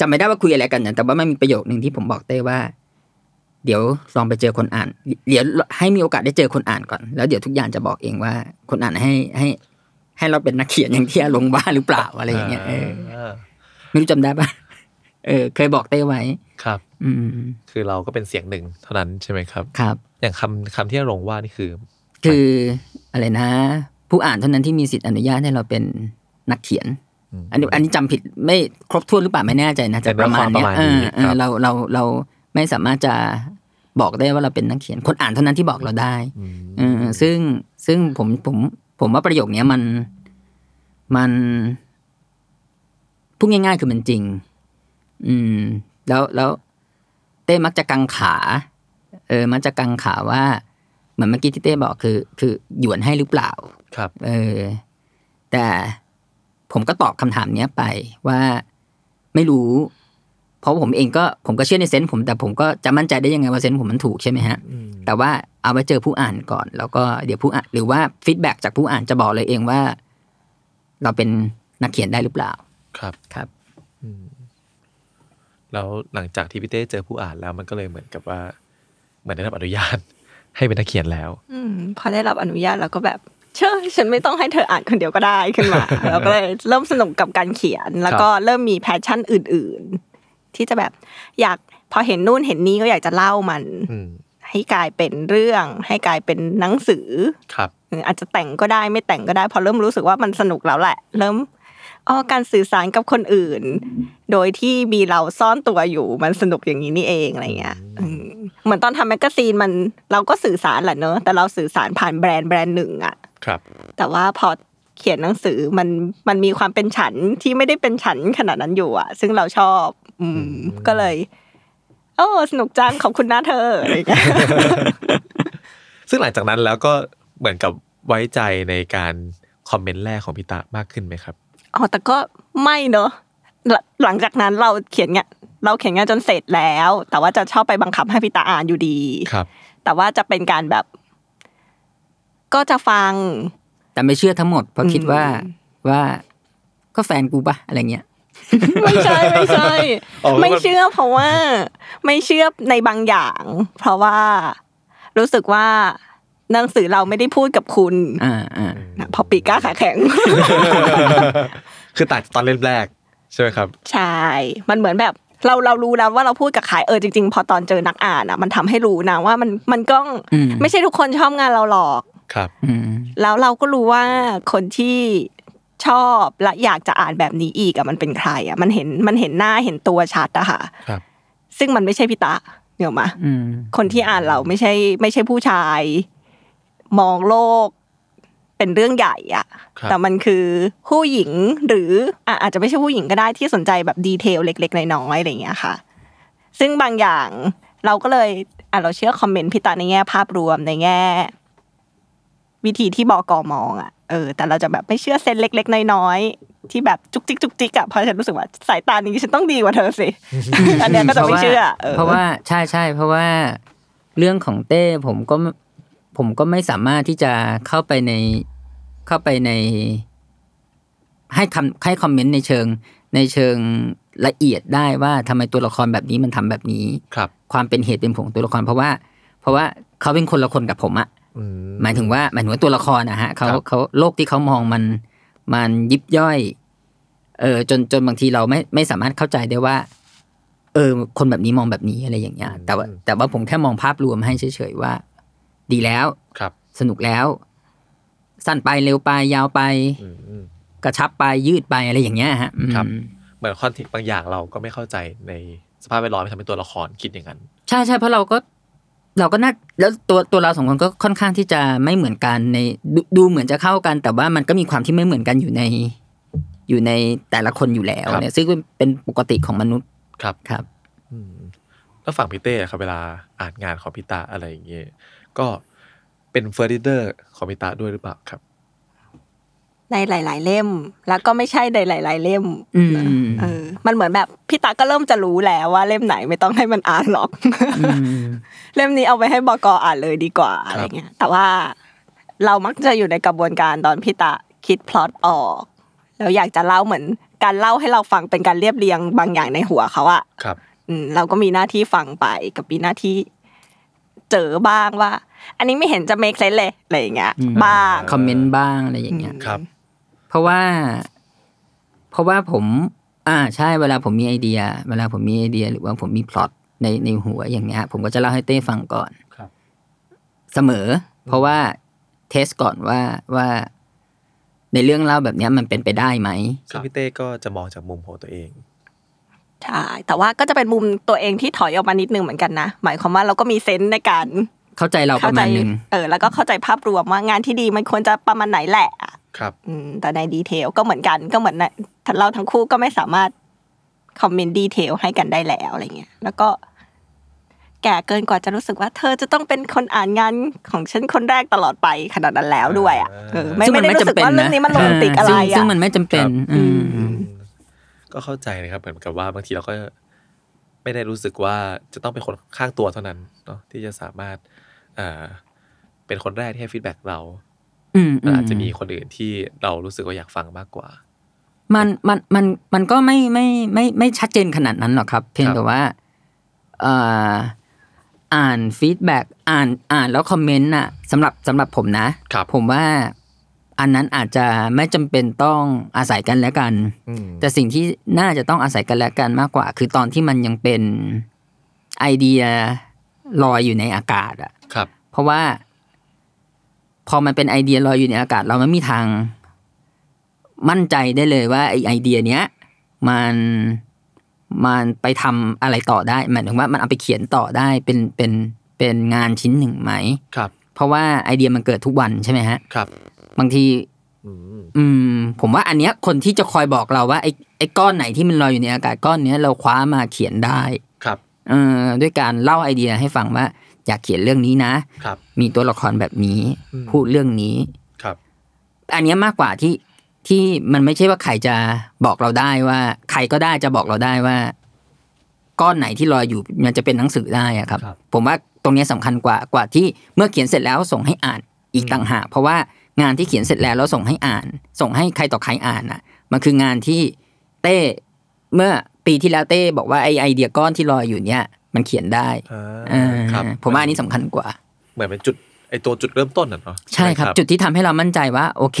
จำไม่ได้ว่าคุยอะไรกันนะแต่ว่ามันมีประโยคหนึ่งที่ผมบอกเต้ว่า เดี๋ยวลองไปเจอคนอ่าน เดี๋ยวให้มีโอกาสได้เจอคนอ่านก่อน แล้วเดี๋ยวทุกอย่างจะบอกเองว่า คนอ่านให้ให้ ให้เราเป็นนักเขียนอย่างที่อาลงว่าหรือเปล่าอะไรอย่างเงี้ยเออ
อ่า
ไม่รู้จำได้ปะ เออ เคยบอกเต้ไว้
ครับ
อืม
คือเราก็เป็นเสียงหนึ่งเท่านั้นใช่ไหมครับ
ครับ
อย่างคำคำที่อารงว่านี่คือ
คืออะไรนะ ผู้อ่านเท่านั้นที่มีสิทธิ์อนุญาตให้เราเป็นนักเขียน
ม
อันนี้อันนี้จำผิดไม่ครบถ้วนหรือเปล่าไม่แน่ใจนะแต่ประมาณเนี้ย
แต่
เอ
เนื้อความประมา
อ
ณนี้
เอ
ครั
อบ เราเราเราไม่สามารถจะบอกได้ว่าเราเป็นนักเขียน คนอ่านเท่านั้นที่บอกเราได้
อืม
เออซึ่งซึ่งผมผมผมว่าประโยคเนี้ยมันมันพูดง่ายๆคือมันจริง อืม แล้วแล้วเต้มักจะกังขา เออ มักจะกังขาว่า เหมือนเมื่อกี้ที่เต้บอกคือ คือหยวนให้หรือเปล่า
ครับ
เออ แต่ผมก็ตอบคำถามเนี้ยไปว่าไม่รู้ เพราะผมเองก็ผมก็เชื่อในเซนส์ผมแต่ผมก็จะมั่นใจได้ยังไงว่าเซนส์ผมมันถูกใช่ไหมฮะ แต่ว่าเอาไว้เจอผู้อ่านก่อน แล้วก็เดี๋ยวผู้อ่านหรือว่าฟีดแบ็จากผู้อ่านจะบอกเลยเองว่า เราเป็นนักเขียนได้หรือเปล่า
ครับ
ครับ
อืมแล้วหลังจากที่พี่เต้เจอผู้อ่านแล้วมันก็เลยเหมือนกับว่า เหมือนได้รับอนุญาต ให้เป็นนักเขียนแล้ว
อืมพอได้รับอนุญาตเราก็แบบ เชื่อฉันไม่ต้องให้เธออ่านคนเดียวก็ได้ขึ้นมา เราก็เลยเริ่มสนุกกับการเขียน แล้วก็เริ่มมีแพชชั่นอื่น ๆ ที่จะแบบอยากพอเห็นนู่นเห็นนี้ก็อยากจะเล่ามัน
อืม
ให้กลายเป็นเรื่อง ให้กลายเป็นหนังสือ
ครับ
เอออาจจะแต่งก็ได้ไม่แต่งก็ได้ พอเริ่มรู้สึกว่ามันสนุกแล้วแหละ เริ่มอ๋อการสื่อสารกับคนอื่น โดยที่มีเราซ่อนตัวอยู่มันสนุกอย่างนี้นี่เองอะไรเงี้ยอืมเหมือนตอนทำแมกกาซีนมันเราก็สื่อสารแหละเนอะแต่เราสื่อสารผ่านแบรนด์แบรนด์หนึ่งอะ
ครับ
แต่ว่าพอเขียนหนังสือมันมันมีความเป็นฉันที่ไม่ได้เป็นฉันขนาดนั้นอยู่อะซึ่งเราชอบ อืมก็เลยโอ้สนุกจังขอบคุณนะเธออะไรเงี้ย
ซึ่งหลังจากนั้นแล้วก็เหมือนกับไว้ใจในการคอมเมนต์แรกของพี่ตามากขึ้นไหมครับ
อ๋อแต่ก็ไม่เนอะหลหลังจากนั้นเราเขียนงานเราเขียนงานจนเสร็จแล้ว แต่ว่าจะชอบไปบังคับให้พี่ตาอ่านอยู่ดี
ครับ
แต่ว่าจะเป็นการแบบ ก็จะฟัง
แต่ไม่เชื่อทั้งหมดเพราะ
อืม
คิดว่าว่าก็แฟนกูปะอะไรเงี้ย
ไม่ใช่ไม่ใช่
อ๋อ
ไม่เชื่อเพราะว่า ไม่เชื่อในบางอย่าง เพราะว่า รู้สึกว่าหนังสือเราไม่ได้พูดกับคุณ
อ่าอ่า
นะพอปีกล้าขาแข็ง
คือตัดตอนเล่มแรก ใช่ไหมครับ
ใช่ มันเหมือนแบบเราเรารู้แล้วว่าเราพูดกับใครเออจริงๆ พอตอนเจอนักอ่านอ่ะ มันทำให้รู้นะว่ามันมันก็
อืม
ไม่ใช่ทุกคนชอบงานเราหรอก
ครับ
อืม
แล้วเราก็รู้ว่าคนที่ชอบและอยากจะอ่านแบบนี้อีกอะมันเป็นใครอะมันเห็นมันเห็นหน้าเห็นตัวชัดอะค่ะ
ครับ
ซึ่งมันไม่ใช่พี่ตะเดี๋ยวมา
อืม
คนที่อ่านเราไม่ใช่ไม่ใช่ผู้ชาย มองโลก เป็นเรื่องใหญ่อะ
ครับ
แต่มันคือผู้หญิงหรืออ่ะอาจจะไม่ใช่ผู้หญิงก็ได้ที่สนใจแบบดีเทลเล็กๆน้อยๆอะไรอย่างเงี้ยค่ะ ซึ่งบางอย่างเราก็เลยอ่ะเราเชื่อคอมเมนต์พี่ตาในแง่ภาพรวมในแง่ วิธีที่บอกอมองอะเออ แต่เราจะแบบไม่เชื่อเซนเล็ก ๆ น้อยๆที่แบบจุกจิกจุกจิกอะเพราะฉันรู้สึกว่าสายตานี้ฉันต้องดีกว่าเธอ สิ อันเนี้ยก็จะไม่เชื่อออ
เพราะว่าใช่ใช่เพราะว่าเรื่องของเต้ผมก็ไม่ผมก็ไม่สามารถที่จะเข้าไปในเข้าไปใน ให้คำให้คอมเมนต์ในเชิง ในเชิงละเอียดได้ว่าทำไมตัวละครแบบนี้มันทำแบบนี้
ครับ
ความเป็นเหตุเป็นผลของตัวละครเพราะว่า เพราะว่าเขาเป็นคนละคนกับผมอะ
อืม
หมายถึงว่าหมายถึงว่าตัวละครนะฮะเขา
ครับ
เขาโลกที่เขามองมัน มันยิบย่อย เออจนจนบางทีเราไม่ไม่สามารถเข้าใจได้ว่า เออ คนแบบนี้มองแบบนี้อะไรอย่างเงี้ยแต่ว่าแต่ว่าผมแค่มองภาพรวมให้เฉยๆว่า ดีแล้ว
ครับ
สนุกแล้ว สั้นไปเร็วไปยาวไป
อืมอืม
กระชับไปยืดไปอะไรอย่างเงี้ยฮะอืม
ครับ เหมือนคอนเทกต์บางอย่างเราก็ไม่เข้าใจในสภาพแวดล้อมที่ทำให้ตัวละครคิดอย่างนั้น
ใช่ใช่เพราะเราก็ เราก็น่าแล้วตัวตัวเราสองคนก็ค่อนข้างที่จะไม่เหมือนกันในดดูเหมือนจะเข้ากัน แต่ว่ามันก็มีความที่ไม่เหมือนกันอยู่ใน อยู่ในแต่ละคนอยู่แล้ว
ครับ
เนี่ยซึ่งเป็นเป็นปกติของมนุษย์
ครับ
ครับ
อืมแล้วฝั่งพี่เต้อะครับเวลาอ่านงานของพี่ตาอะไรอย่างเงี้ยก็เป็นเฟอร์ดิเดอร์ของพี่ตาด้วยหรือเปล่าครับ
ในหลาย ๆ เล่ม แล้วก็ไม่ใช่ในหลาย ๆ เล่ม
อืม
เออ มันเหมือนแบบพี่ตาก็เริ่มจะรู้แล้วว่าเล่มไหนไม่ต้องให้มันอ่านหรอก
ม
เล่มนี้เอาไปให้บกอ่านเลยดีกว่าอะไรเงี้ย แต่ว่าเรามักจะอยู่ในกระบวนการตอนพี่ตะคิดพล็อตออก แล้วอยากจะเล่าเหมือน การเล่าให้เราฟังเป็นการเรียบเรียงบางอย่างในหัวเขาอะ
ครับ
อืมเราก็มีหน้าที่ฟังไปกับมีหน้าที่เจอบ้างว่า อันนี้ไม่เห็นจะ make sense เลยอะไรอย่างเงี้ย
อืม
บ้าง
คอมเมนต์บ้างอะไรอย่างเงี้ย
ครับ
เพราะว่า เพราะว่าผม อ่าใช่เวลาผมมีไอเดีย เวลาผมมีไอเดีย หรือว่าผมมีพล็อตในในหัวอย่างเงี้ย ผมก็จะเล่าให้เต้ฟังก่อน
ครับ
เสมอ เพราะว่าเทสก่อนว่าว่า ในเรื่องเล่าแบบเนี้ยมันเป็นไปได้ไหม
ซึ่งพี่เต้ก็จะมองจากมุมของตัวเอง
ใช่แต่ว่าก็จะเป็นมุมตัวเองที่ถอยออกมานิดนึงเหมือนกันนะหมายความว่าเราก็มีเซนส์ในการ
เข้าใจเราประมาณหนึ่ง
เข้ใจเออแล้วก็เข้าใจภาพรวมว่างานที่ดีมันควรจะประมาณไหนแหละ
ครับ
อืมแต่ในดีเทลก็เหมือนกันก็เหมือนในเราทั้งคู่ก็ไม่สามารถคอมเมนต์ดีเทลให้กันได้แล้วอะไรเงี้ยแล้วก็ แก่เกินกว่าจะรู้สึกว่า เธอจะต้องเป็นคนอ่านงานของฉันคนแรกตลอดไปขนาดนั้นแล้วด้วยอ่ะเออไม่
ซึ่ง
ไม่ได้รู้สึกว่าเรื่องนี้มันโรแมนติกอะไร
ซึ่งซึ่
อ่ะ
งมันไม่จำเป็น
ครับ
อืม
ก็เข้าใจนะครับ เหมือนกับว่าบางทีเราก็ไม่ได้รู้สึกว่าจะต้องเป็นคนข้างตัวเท่านั้นเนาะที่จะสามารถเอ่อเป็นคนแรกที่ให้ฟีดแบ็กเรา
อืม
มัน
ม
อาจจะมีคนอื่นที่เรารู้สึกว่าอยากฟังมากกว่า
มันมันมันมันก็ไม่ไม่ไม่ไม่ชัดเจนขนาดนั้นหรอกครับ เพียง
ครับ
แต่ว่าเอ่ออ่านฟีดแบ็กอ่านอ่านแล้วคอมเมนต์น่ะสำหรับสำหรับผมนะ
ครับ
ผมว่าอันนั้นอาจจะไม่จำเป็นต้องอาศัยกันและกัน
อืม
แต่สิ่งที่น่าจะต้องอาศัยกันและกันมากกว่า คือตอนที่มันยังเป็นไอเดียลอยอยู่ในอากาศอะ
ครับ
เพราะว่า พอมันเป็นไอเดียลอยอยู่ในอากาศ เราไม่มีทาง มั่นใจได้เลยว่าไอไอเดียเนี้ยมันมันไปทำอะไรต่อได้หมายถึงว่ามันเอาไปเขียนต่อได้เป็นเป็นเป็นงานชิ้นหนึ่งไหม
ครับ
เพราะว่าไอเดียมันเกิดทุกวันใช่ไหมฮะ
ครับ
บางที
อืม
อืม ผมว่าอันเนี้ยคนที่จะคอยบอกเราว่าไอไอก้อนไหนที่มันลอยอยู่ในอากาศก้อนเนี้ยเราคว้ามาเขียนได้
ครับ
เออด้วยการเล่าไอเดียให้ฟังว่า อยากเขียนเรื่องนี้นะ
ครับ
มีตัวละครแบบนี้
อืม
พูดเรื่องนี้
ครับ
อันเนี้ยมากกว่าที่ที่มันไม่ใช่ว่าใครจะบอกเราได้ว่า ใครก็ได้จะบอกเราได้ว่า ก้อนไหนที่ลอยอยู่มันจะเป็นหนังสือได้อะครับ ผมว่าตรงเนี้ยสำคัญกว่ากว่าที่เมื่อเขียนเสร็จแล้วส่งให้อ่านอีกต่างหากเพราะว่างานที่เขียนเสร็จแล้วแล้วส่งให้อ่าน ส่งให้ใครต่อใครอ่านน่ะ มันคืองานที่เต้เมื่อปีที่แล้วเต้บอกว่าไอไอเดียก้อนที่ลอยอยู่เนี่ยมันเขียนได้
อ่า
อ่า
ครับ
ผมว่าอันนี้สำคัญกว่า
เหมือนเป็นจุดไอตัวจุดเริ่มต้นน่ะเนาะ
ใช่ครับ จุดที่ทำให้เรามั่นใจว่า โอเค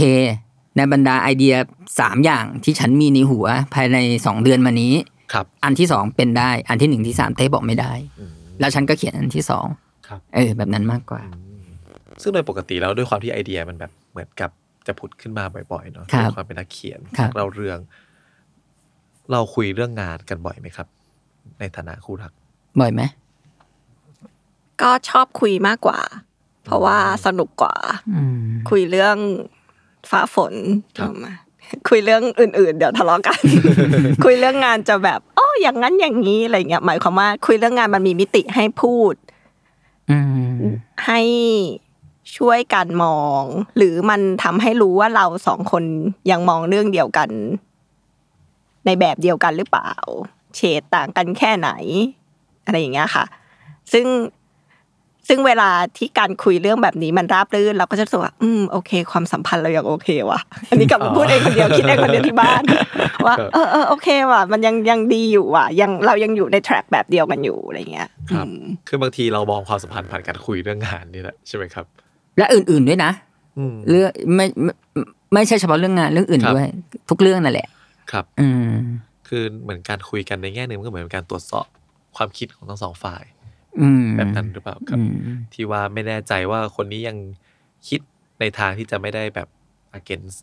ในบรรดาไอเดียสามอย่างที่ฉันมีในหัวภายในสองเดือนมานี้
ครับ
อันที่สองเป็นได้ อันที่หนึ่งที่สามเต้บอกไม่ได้ แล้วฉันก็เขียนอันที่สอง
ครับ
เออ แบบนั้นมากกว่า
ซึ่งโดยปกติแล้วด้วยความที่ไอเดียมันแบบเหมือนกับจะผุดขึ้นมาบ่อยๆเนาะ
ครับ
ด้วยความเป็นนักเขียน
ครับ
นักเล่าเรื่อง เราคุยเรื่องงานกันบ่อยไหมครับ ในฐานะคู่รัก
บ่อยไหม
ก็ชอบคุยมากกว่า เพราะว่าสนุกกว่า
อืม
คุยเรื่องฟ้าฝน
ครับ
เอามาคุยเรื่องอื่น ๆ เดี๋ยวทะเลาะกัน คุยเรื่องงานจะแบบอ้ออย่างนั้นอย่างนี้อะไรเงี้ยหมายความว่าคุยเรื่องงานมันมีมิติให้พูด
อืม
ให้ช่วยกันมอง หรือมันทำให้รู้ว่าเราสองคนยังมองเรื่องเดียวกัน ในแบบเดียวกันหรือเปล่า เฉดต่างกันแค่ไหน อะไรอย่างเงี้ยค่ะ ซึ่งซึ่งเวลาที่การคุยเรื่องแบบนี้มันราบรื่น เราก็จะรู้สึกว่าอืมโอเค ความสัมพันธ์เรายังโอเคว่ะ อันนี้กลับมาพูดเองคนเดียวคิดเองคนเดียวที่บ้าน ว่าเออเออโอเคว่ะ มันยังยังดีอยู่ว่ะ ยังเรายังอยู่ในแทร็กแบบเดียวกันอยู่อะไรอย่างเงี้ย
ครับ
อืม
คือบางทีเรามองความสัมพันธ์ผ่านการคุยเรื่องงานนี่แหละใช่ไหมครับ
และอื่น ๆด้วยนะ
อืม
เรื่องไม่ไม่ไม่ใช่เฉพาะเรื่องงานเรื่องอื่น
ครับ
ด้วย ทุกเรื่องนั่นแหละ
ครับ
อืม
คือเหมือนการคุยกันในแง่หนึ่งมันก็เหมือนการตรวจสอบความคิดของทั้งสองฝ่าย
อืม
แบบนั้นหรือเปล่าครับ
อืม
ที่ว่าไม่แน่ใจว่าคนนี้ยังคิดในทางที่จะไม่ได้แบบ against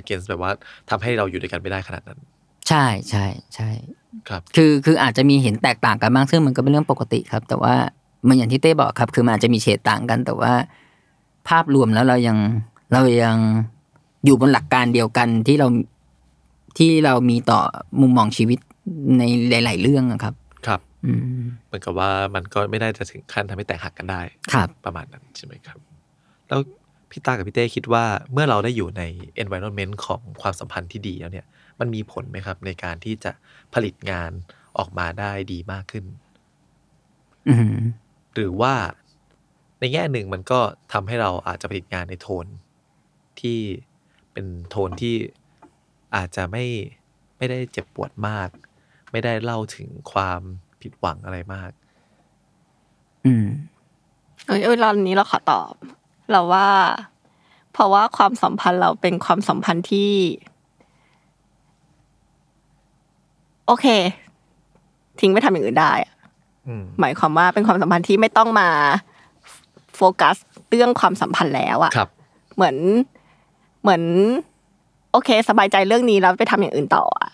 against แบบว่าทำให้เราอยู่ด้วยกันไม่ได้ขนาดนั้น
ใช่ใช่ใช่
ครับ
คือคืออาจจะมีเห็นแตกต่างกันบ้างซึ่งมันก็เป็นเรื่องปกติครับ แต่ว่ามันอย่างที่เต้บอกครับ คือมันอาจจะมีเฉดต่างกัน แต่ว่า ภาพรวมแล้วเรายังเรายังอยู่บนหลักการเดียวกันที่เราที่เรามีต่อมุมมองชีวิตในหลาย ๆ เรื่องอะครับ
ครับ
อืม
เหมือนกับว่ามันก็ไม่ได้จะถึงขั้นทำให้แตกหักกันได้
ครับ
ประมาณนั้นใช่ไหมครับ แล้วพี่ตากับพี่เต้คิดว่าเมื่อเราได้อยู่ใน environment ของความสัมพันธ์ที่ดีแล้วเนี่ย มันมีผลไหมครับ ในการที่จะผลิตงานออกมาได้ดีมากขึ้น
อืม
หรือว่าในแง่หนึ่งมันก็ทำให้เราอาจจะผลิตงานในโทน ที่เป็นโทนที่อาจจะไม่ไม่ได้เจ็บปวดมาก ไม่ได้เล่าถึงความผิดหวังอะไรมาก
อืม
เอ้ยเอ้ยเราอันนี้เราขอตอบ เราว่า เพราะว่าความสัมพันธ์เราเป็นความสัมพันธ์ที่ โอเค ทิ้งไปทำอย่างอื่นได้อะ
อืม
หมายความว่าเป็นความสัมพันธ์ที่ไม่ต้องมาโฟกัสเรื่องความสัมพันธ์แล้วอะ
ครับ
เหมือนเหมือน โอเค สบายใจเรื่องนี้แล้วไปทำอย่างอื่นต่ออะ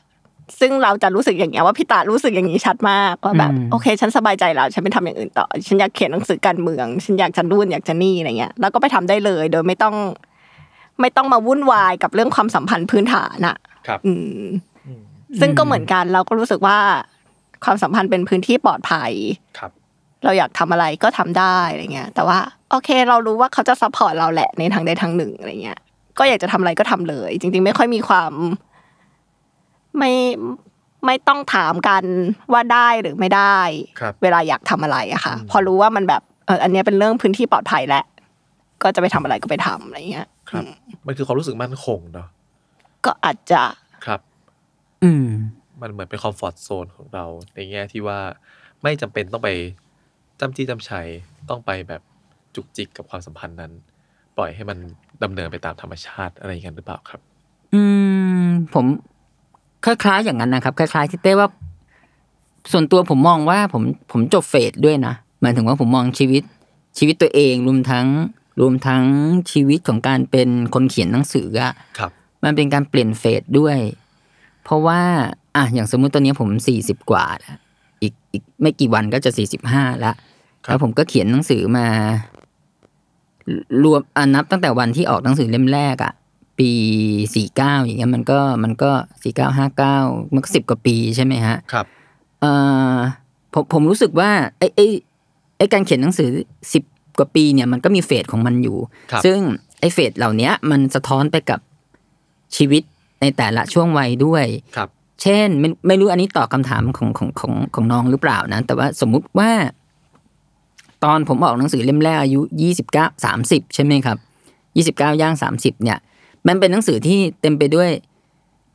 ซึ่งเราจะรู้สึกอย่างเงี้ยว่าพี่ตารู้สึกอย่างนี้ชัดมากว่าแบบโอเค ฉันสบายใจแล้วฉันไปทำอย่างอื่นต่อ ฉันอยากเขียนหนังสือการเมือง ฉันอยากจะนู่นอยากจะนี่อะไรเงี้ยแล้วก็ไปทำได้เลย โดยไม่ต้อง ไม่ต้องมาวุ่นวายกับเรื่องความสัมพันธ์พื้นฐานอะ
ครับ
อืม ซึ่งก็เหมือนกันเราก็รู้สึกว่า ความสัมพันธ์เป็นพื้นที่ปลอดภัย
ครับ
เราอยากทำอะไรก็ทำได้อะไรเงี้ย แต่ว่าโอเค เรารู้ว่าเขาจะซัพพอร์ตเราแหละในทางใดทางหนึ่งอะไรเงี้ย ก็อยากจะทำอะไรก็ทำเลย จริง ๆ ไม่ค่อยมีความ ไม่ไม่ต้องถามกันว่าได้หรือไม่ได้
ครับ
เวลาอยากทำอะไรอะค่ะ
อืม
พอรู้ว่ามันแบบเอออันเนี้ยเป็นเรื่องพื้นที่ปลอดภัยแหละ ก็จะไปทำอะไรก็ไปทำอะไรเงี้ย
ครับ มันคือความรู้สึกมั่นคงเนาะ
ก็อาจจะ
ครับ
อืม
มันเหมือนเป็นคอมฟอร์ทโซนของเรา ในแง่ที่ว่าไม่จำเป็นต้องไปจำจี้จำชัยต้องไปแบบจุกจิกกับความสัมพันธ์นั้น ปล่อยให้มันดำเนินไปตามธรรมชาติอะไรอย่างนั้นหรือเปล่าครับ
อืม ผมคล้ายๆอย่างนั้นนะครับ คล้ายๆที่เต้ว่า ส่วนตัวผมมองว่าผมผมจบเฟสด้วยนะหมายถึงว่าผมมองชีวิต ชีวิตตัวเองรวมทั้ง รวมทั้งชีวิตของการเป็นคนเขียนหนังสืออะ
ครับ
มันเป็นการเปลี่ยนเฟสด้วย เพราะว่า อ่ะอย่างสมมุติตอนนี้ผมสี่สิบกว่าแล้วอีกอีกไม่กี่วันก็จะสี่สิบห้าละ
ครับ
แล้วผมก็เขียนหนังสือมารวมอ่ะนับตั้งแต่วันที่ออกหนังสือเล่มแรกอะปีสี่เก้าอย่างเงี้ยมันก็มันก็สี่เก้าห้าเก้ามันก็สิบกว่าปีใช่ไหมฮะ
ครับ
เออผมผมรู้สึกว่าไอ้ไอ้ไอ้การเขียนหนังสือสิบกว่าปีเนี่ยมันก็มีเฟสของมันอยู่
ครับ
ซึ่งไอ้เฟสเหล่าเนี้ยมันสะท้อนไปกับชีวิตในแต่ละช่วงวัยด้วย
ครับ
เช่นไม่ไม่รู้อันนี้ตอบคำถามของของของของน้องหรือเปล่านะ แต่ว่าสมมุติว่า ตอนผมออกหนังสือเล่มแรกอายุยี่สิบเก้าสามสิบใช่ไหมครับยี่สิบเก้าย่างสามสิบเนี่ย มันเป็นหนังสือที่เต็มไปด้วย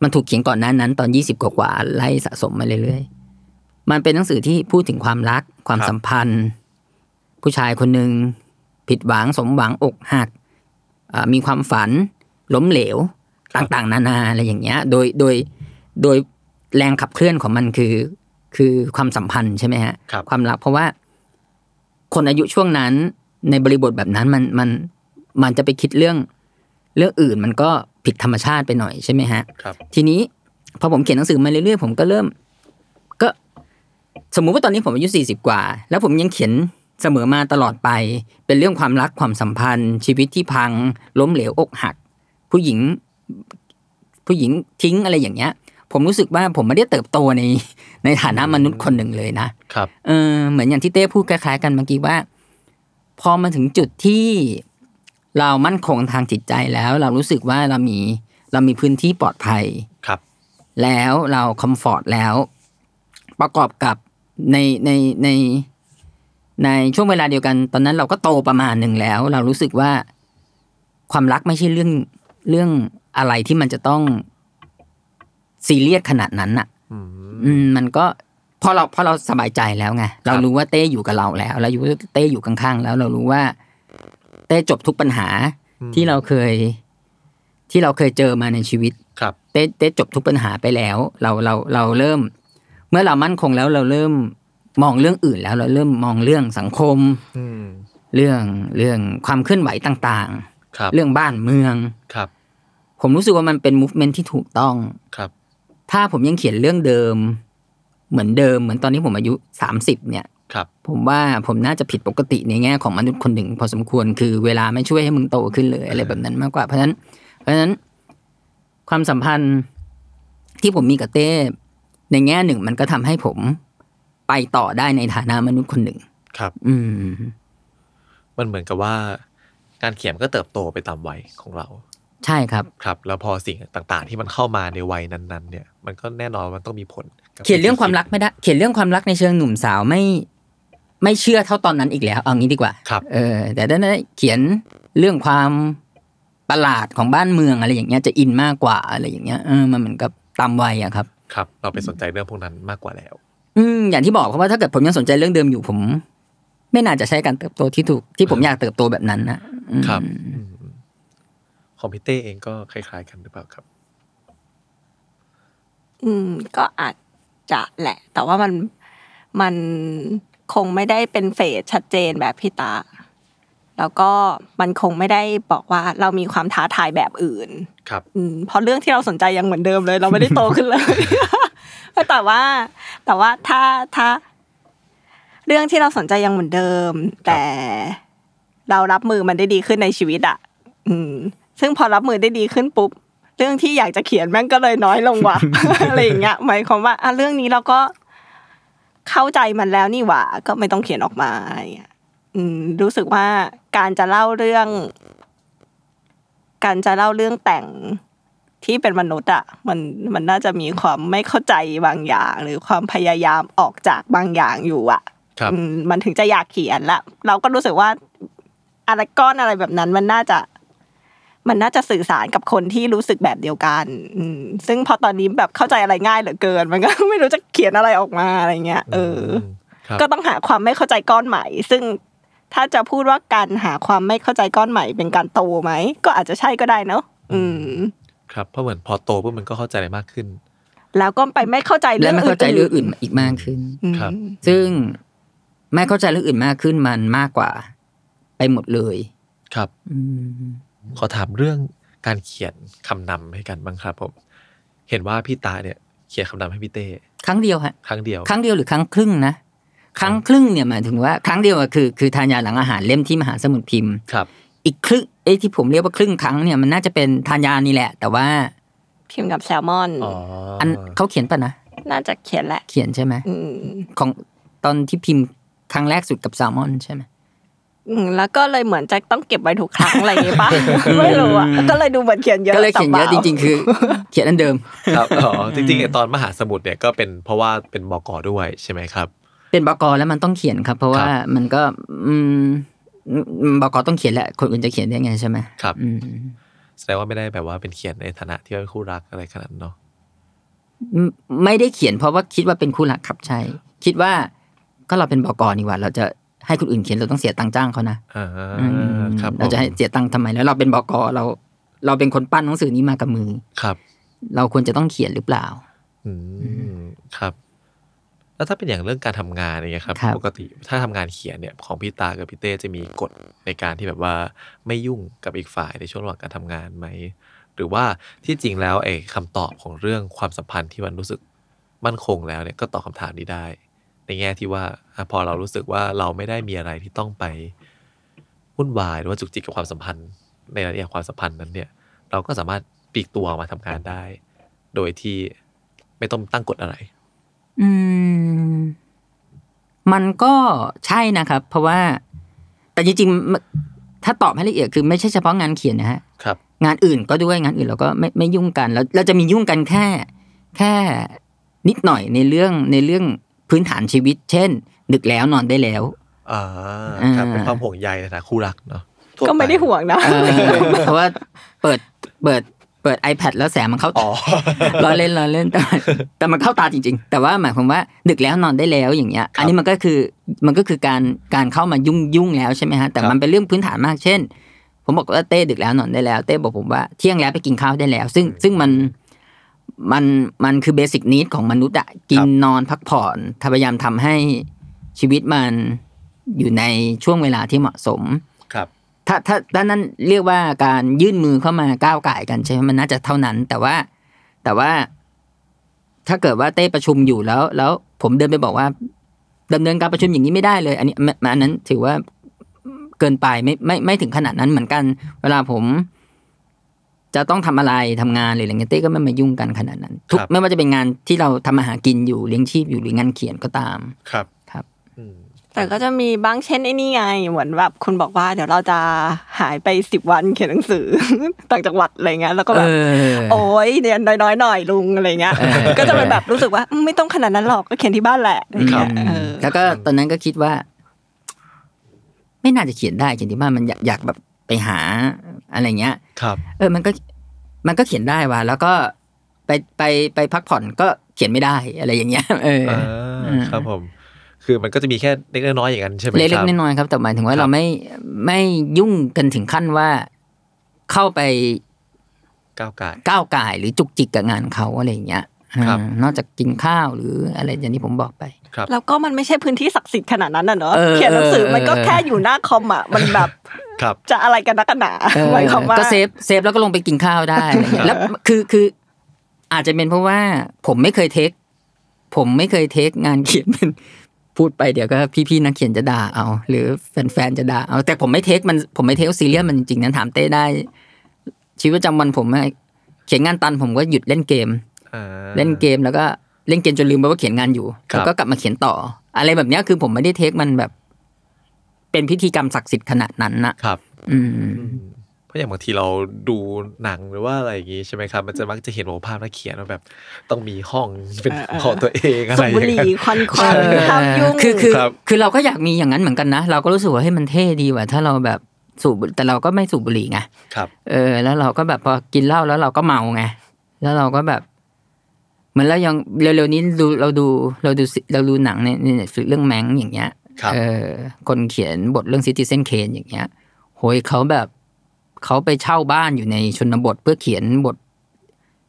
มันถูกเขียนก่อนหน้านั้น ตอนยี่สิบกว่าๆไล่สะสมมาเรื่อยๆมันเป็นหนังสือที่พูดถึงความรักความสัมพันธ์ ผู้ชายคนหนึ่งผิดหวังสมหวังอกหักอ่ามีความฝันล้มเหลวต่างๆ นานาอะไรอย่างเงี้ย โดยโดยโดยแรงขับเคลื่อนของมันคือคือความสัมพันธ์ใช่ไหมฮะ
ครับ
ความรักเพราะว่าคนอายุช่วงนั้นในบริบทแบบนั้นมันมันมันจะไปคิดเรื่องเรื่องอื่นมันก็ผิดธรรมชาติไปหน่อยใช่ไหมฮะ
ครับ
ทีนี้พอผมเขียนหนังสือมาเรื่อยๆผมก็เริ่ม ก็ สมมุติว่าตอนนี้ผมอายุสี่สิบกว่า แล้วผมยังเขียนเสมอมาตลอดไป เป็นเรื่องความรักความสัมพันธ์ ชีวิตที่พัง ล้มเหลวอกหัก ผู้หญิง ผู้หญิงทิ้งอะไรอย่างเงี้ย ผมรู้สึกว่าผมไม่ได้เติบโตในในฐานะมนุษย์คนหนึ่งเลยนะ
ครับ
เออเหมือนอย่างที่เต้พูดคล้ายๆกันเมื่อกี้ว่า พอมาถึงจุดที่เรามั่นคงทางจิตใจแล้ว เรารู้สึกว่าเรามีเรามีพื้นที่ปลอดภัย
ครับ
แล้วเราคอมฟอร์ตแล้ว ประกอบกับในในในในช่วงเวลาเดียวกัน ตอนนั้นเราก็โตประมาณหนึ่งแล้ว เรารู้สึกว่า ความรักไม่ใช่เรื่องเรื่องอะไรที่มันจะต้องซีเรียสขนาดนั้นน่ะ
อืม
อืมมันก็พอเราพอเราสบายใจแล้วไงเรารู้ว่าเต้อยู่กับเราแล้ว เราอยู่เต้อยู่ข้างๆแล้ว เรารู้ว่า เต้จบทุกปัญหา
อืม
ที่เราเคย ที่เราเคยเจอมาในชีวิต
ครับ
เต้ ได้ได้จบทุกปัญหาไปแล้ว เราเราเราเริ่ม เมื่อเรามั่นคงแล้วเราเริ่มมองเรื่องอื่นแล้ว เราเริ่มมองเรื่องสังคม
อืม
เรื่องเรื่องความเคลื่อนไหวต่าง
ครับ
ๆ เรื่องบ้านเมือง
ครับ
ผมรู้สึกว่ามันเป็นมูฟเมนที่ถูกต้อง
ครับ
ถ้าผมยังเขียนเรื่องเดิม เหมือนเดิม เหมือนตอนนี้ผมอายุ 30 เนี่ย
ครับ
ผมว่าผมน่าจะผิดปกติในแง่ของมนุษย์คนหนึ่งพอสมควรคือเวลาไม่ช่วยให้มึงโตขึ้นเลยอะไรแบบนั้นมากกว่าเพราะฉะนั้น เพราะฉะนั้นความสัมพันธ์ที่ผมมีกับเต้ในแง่หนึ่งมันก็ทำให้ผมไปต่อได้ในฐานะมนุษย์คนหนึ่ง
ครับ
อืม
มันเหมือนกับว่า การเขียนมันก็เติบโตไปตามวัยของเรา
ใช่ครับ
ครับ แล้วพอสิ่งต่างๆ ที่มันเข้ามาในวัยนั้นๆ เนี่ย มันก็แน่นอนมันต้องมีผลบ
เขียนเรื่องความรักไม่ได้ เขียนเรื่องความรักในเชิงหนุ่มสาวไม่ ไม่เชื่อเท่าตอนนั้นอีกแล้วเอางี้ดีกว่า
ครับ
เออแต่ด้านนั้นเขียนเรื่องความประหลาดของบ้านเมืองอะไรอย่างเงี้ยจะอินมากกว่าอะไรอย่างเงี้ยเออมันเหมือนกับตามวัยอะครับ
ครับ เราไปสนใจเรื่องพวกนั้นมากกว่าแล้ว
อืมอย่างที่บอกครับว่าถ้าเกิดผมยังสนใจเรื่องเดิมอยู่ผม ไม่น่าจะใช่การเติบโตที่ถูกที่ผมอยากเติบโตแบบนั้นนะอืม
ครับอืมของพี่เต้เองก็คล้าย ๆ กันหรือเปล่าครับ
อืมก็อาจจะแหละ แต่ว่ามันมันคงไม่ได้เป็นเฟสชัดเจนแบบพี่ตา แล้วก็มันคงไม่ได้บอกว่าเรามีความท้าทายแบบอื่น
ครับ
อืมเพราะเรื่องที่เราสนใจยังเหมือนเดิมเลย เราไม่ได้โตขึ้นเลย แต่ว่า แต่ว่าถ้าถ้า เรื่องที่เราสนใจยังเหมือนเดิม แต่เรารับมือมันได้ดีขึ้นในชีวิตอ่ะ อืม ซึ่งพอรับมือได้ดีขึ้นปุ๊บเรื่องที่อยากจะเขียนแม่งก็เลยน้อยลงว่ะ อะไรอย่างเงี้ยหมายความว่าอ่ะเรื่องนี้เราก็เข้าใจมันแล้วนี่หว่า ก็ไม่ต้องเขียนออกมาอะไรอย่างเงี้ยอืม รู้สึกว่าการจะเล่าเรื่อง การจะเล่าเรื่องแต่งที่เป็นมนุษย์อ่ะมันมันน่าจะมีความไม่เข้าใจบางอย่าง หรือความพยายามออกจากบางอย่างอยู่อ่ะ
ครับ
อืมมันถึงจะอยากเขียนละเราก็รู้สึกว่าอะไรก้อนอะไรแบบนั้นมันน่าจะ มันน่าจะสื่อสารกับคนที่รู้สึกแบบเดียวกันอืมซึ่งพอตอนนี้แบบเข้าใจอะไรง่ายเหลือเกิน มันก็ ไม่รู้จะเขียนอะไรออกมาอะไรเงี้ยเอออ
มครับ
ก็ต้องหาความไม่เข้าใจก้อนใหม่ ซึ่งถ้าจะพูดว่าการหาความไม่เข้าใจก้อนใหม่ เป็นการโตไหม ก็อาจจะใช่ก็ได้เนอะอืม
ครับเพราะเหมือนพอโตปุ๊บมันก็เข้าใจอะไรมากขึ้น
แล้วก็ไปไม่เข้าใจ
และ
เรื่อง
ไม่
อื่
เข้าน ใจเรื่องอื่นอีกมากขึ้น
อืม
ครับ
ซึ่งไม่เข้าใจเรื่องอื่นมากขึ้นมันมากกว่า ไปหมดเลย
ครับ
อืม
ขอถามเรื่องการเขียนคำนำให้กันบ้างครับผม เห็นว่าพี่ตาเนี่ย เขียนคำนำให้พี่เต้
ครั้งเดียวฮะ
ครั้งเดียว
ครั้งเดียวหรือครั้งครึ่งนะ
ค
ค
รั้
รั้
ง
งครึ่งเนี่ยหมายถึงว่าครั้งเดียวอะคือคือทานยาหลังอาหารเล่มที่มหาสมุทรพิมพ์
ครับ
อีกครึ่งเอ้ยที่ผมเรียกว่าครึ่งครั้งเนี่ยมันน่าจะเป็นทานยานี่แหละ แต่ว่า
พิมพ์กับแซลมอน
อ๋ออ
อันเขาเขียนปะนะ
น่าจะเขียนแหละ
เขียนใช่ไหม
อืม
ของตอนที่พิมพ์ครั้งแรกสุดกับแซลมอนใช่ไหม
อืมแล้วก็เลยเหมือนจะต้องเก็บไว้ทุกครั้งอะไรอย่างเงี้ ยปะ ไม่รู้อ่ะก็เลยดูเหมือนเขียนเยอะ
ก็เลยเขียนเยอะจริง ๆ คือ เขียนอันเดิม
ครับอ๋อจริงๆไอ้ตอนมหาสมุทรเนี่ยก็เป็นเพราะว่าเป็นบกด้วยใช่ไหมครับ
เป็นบกแล้วมันต้องเขียนครับ เพราะว่ามันก็ อืมอืมบกต้องเขียนแหละคนอื่นจะเขียนได้ไงใช่ไหม
ครับ
อืม
แสดงว่าไม่ได้แบบว่าเป็นเขียนในฐานะที่ว่าเป็นคู่รักอะไรขนาดนั้นเนาะ
ไม่ได้เขียนเพราะว่าคิดว่าเป็นคู่รักครับใช่คิดว่าก็เราเป็นบกนี่หว่าเราจะให้คนอื่นเขียนเราต้องเสียตังค์จ้างเขานะ
อ่า
อืม
ครับผม
เราจะให้เสียตังค์ทำไมแล้วเราเป็นบกเรา เราเป็นคนปั้นหนังสือนี้มากับมือ
ครับ
เราควรจะต้องเขียนหรือเปล่า
อืมครับ แล้วถ้าเป็นอย่างเรื่องการทำงานอย่างเงี้ยครับ
ครับ
ปกติถ้าทำงานเขียนเนี่ยของพี่ตากับพี่เต้จะมีกฎในการที่แบบว่าไม่ยุ่งกับอีกฝ่ายในช่วงระหว่างการทำงานไหม หรือว่าที่จริงแล้วไอ้คำตอบของเรื่องความสัมพันธ์ที่มันรู้สึกมั่นคงแล้วเนี่ยก็ตอบคำถามนี้ได้ ในแง่ที่ว่าอ่ะพอเรารู้สึกว่าเราไม่ได้มีอะไรที่ต้องไปวุ่นวายหรือว่าจุกจิกกับความสัมพันธ์ ในรายละเอียดความสัมพันธ์นั้นเนี่ย เราก็สามารถปลีกตัวออกมาทำงานได้ โดยที่ไม่ต้องตั้งกฎอะไร
อืม มันก็ใช่นะครับ เพราะว่า แต่จริงๆมันถ้าตอบให้ละเอียดคือไม่ใช่เฉพาะงานเขียนนะฮะ
ครับ
งานอื่นก็ด้วยงานอื่นเราก็ไม่ไม่ยุ่งกันแล้วเราจะมียุ่งกันแค่ แค่นิดหน่อยในเรื่องในเรื่องพื้นฐานชีวิต เช่น ดึกแล้วนอนได้แล้ว
อ่า
อ่า
ครับ เป็นความห่วงใยในฐานะคู่รักเนาะทั่ป
ก็ไม่ได้ห่วง นะ
เออเพราะว่าเปิดเปิดเปิด iPad แล้วแสงมันเข้า
อ๋
ตา
อ
ล้อเล่นล้อเล่นแต่มันแต่มันเข้าตาจริง ๆ แต่ว่าหมายความว่าดึกแล้วนอนได้แล้วอย่างเงี้ย อันนี้มันก็คือมันก็คือการการเข้ามายุ่งยุ่งแล้วใช่ไหมฮะแต่
ครับ
มันเป็นเรื่องพื้นฐานมากเช่น ผมบอกว่าเต้ดึกแล้วนอนได้แล้ว เต้บอกผมว่าเที่ยงแล้วไปกินข้าวได้แล้ว ซึ่งซึ่งมัน มันมันคือเบสิกนิดของมนุษย์อะกินนอนพักผ่อนถ้าพยายามทำให้ชีวิตมันอยู่ในช่วงเวลาที่เหมาะสม
ครับ
ถ้าถ้าด้านนั้นเรียกว่าการยื่นมือเข้ามาก้าวไก่ายกันใช่ไหมมันน่าจะเท่านั้น แต่ว่าแต่ว่า ถ้าเกิดว่าเต้ประชุมอยู่แล้ว แล้วผมเดินไปบอกว่าดำเนินการประชุมอย่างนี้ไม่ได้เลย อันนี้มันมันอันนั้นถือว่าเกินไปไม่ไม่ไม่ถึงขนาดนั้นเหมือนกัน เวลาผม จะต้องทำอะไรทำงานหรืออะไรเงี้ยเต้ก็ไม่มายุ่งกันขนาดนั้น ทุก
ครับ
ไม่ว่าจะเป็นงานที่เราทำมาหากินอยู่เลี้ยงชีพอยู่หรืองานเขียนก็ตาม
ครับ
ครับ
อืม
แต่ก็จะมีบางเช่นไอ้นี่ไง เหมือนแบบคุณบอกว่า เดี๋ยวเราจะหายไปสิบวันเขียนหนังสือ ต่างจังหวัดอะไรเงี้ยแล้วก็
เอ
แบบ
อ
โอ้ยเรียนน้อยๆหน่อยลุงอะไรเงี้ย
เออ
ก็จะเป็นแบบรู้สึกว่าอืมไม่ต้องขนาดนั้นหรอกก็เขียนที่บ้านแหละอะไร
ครับ
เงี้ยเออ
แล้วก็ตอนนั้นก็คิดว่า ไม่น่าจะเขียนได้เขียนที่บ้านมันอยากอยากแบบไปหาอะไรเงี้ย
ครับ
เออมันก็มันก็เขียนได้ว่ะแล้วก็ไปไปไปพักผ่อนก็เขียนไม่ได้อะไรอย่างเงี้ย เออ
อ่า
อืม
ครับผม คือมันก็จะมีแค่เล็กๆน้อยๆอย่างนั้นใช่ไหมครับ
เล็กๆน้อยๆครับ แต่หมายถึง
ค
ว่า
รับ
เราไม่ไม่ยุ่งกันถึงขั้นว่าเข้าไป
ก้าวไก่าย
ก้าวไก่ายหรือจุกจิกกับงานเขาอะไรอย่างเงี้ย
ครับ
อืมนอกจากกินข้าวหรืออะไรอย่างที่ผมบอกไป
ครับ
แล้วก็มันไม่ใช่พื้นที่ศักดิ์สิทธิ์ขนาดนั้นน่ะเนอะ
เออ
เขียนหนังสือมันก็แค่อยู่หน้าคอมอ่ะมันแบบ
ครับ
จะอะไรกันนักกันหนา
เออ
หมายความว่า
ก็เซฟเซฟแล้วก็ลงไปกินข้าวได้อะไรเงี้ยแล้วคือคือ อาจจะเป็นเพราะว่า ผมไม่เคยเทค ผมไม่เคยเทคงานเขียนเป็น พูดไปเดี๋ยวก็พี่ๆนักเขียนจะด่าเอา หรือแฟนๆจะด่าเอาแต่ผมไม่เทคมันผมไม่เทคซีเรียสมันจริงๆนั้นถามเต้ได้ ชีวิตประจำวันผมอะเขียนงานตันผมก็หยุดเล่นเกม
อ่า
เล่นเกมแล้วก็เล่นเกมจนลืมไปว่าเขียนงานอยู่
ครับ
แล้วก็กลับมาเขียนต่อ อะไรแบบเนี้ยคือผมไม่ได้เทคมันแบบ เป็นพิธีกรรมศักดิ์สิทธิ์ขนาดนั้นนะครับ อืม
เพราะอย่างบางทีเราดูหนังหรือว่าอะไรอย่างงี้ใช่ไหมครับ มันจะมักจะเห็นโอ้ภาพนักเขียนว่าแบบ ต้องมีห้องเป็นของตัวเองอะ
สู
ไรอ
บ
ย่า
บุ
ง
หรี่
เงี้ย
ควันควัน
เออ
ห้ามยุ่ง
คือคือ
ครับ
คือเราก็อยากมีอย่างนั้นเหมือนกันนะ เราก็รู้สึกว่าให้ยมันเท่ดีว่ะถ้าเราแบบสูบบุหรี่แต่เราก็ไม่สูบบุหรี่ไง
ครับ
เออ แล้วเราก็แบบพอกินเหล้าแล้วเราก็เมาไงแล้วเราก็แบบ เหมือนเรายังเร็วๆนี้ดูเราดูเราดูซิเราดูหนังในใน Netflix เรื่องแมงอย่างเงี้ย
ครับ
เออคนเขียนบทเรื่องซิติเซนเคนอย่างเงี้ยโหยเขาแบบเขาไปเช่าบ้านอยู่ในชนบทเพื่อเขียนบท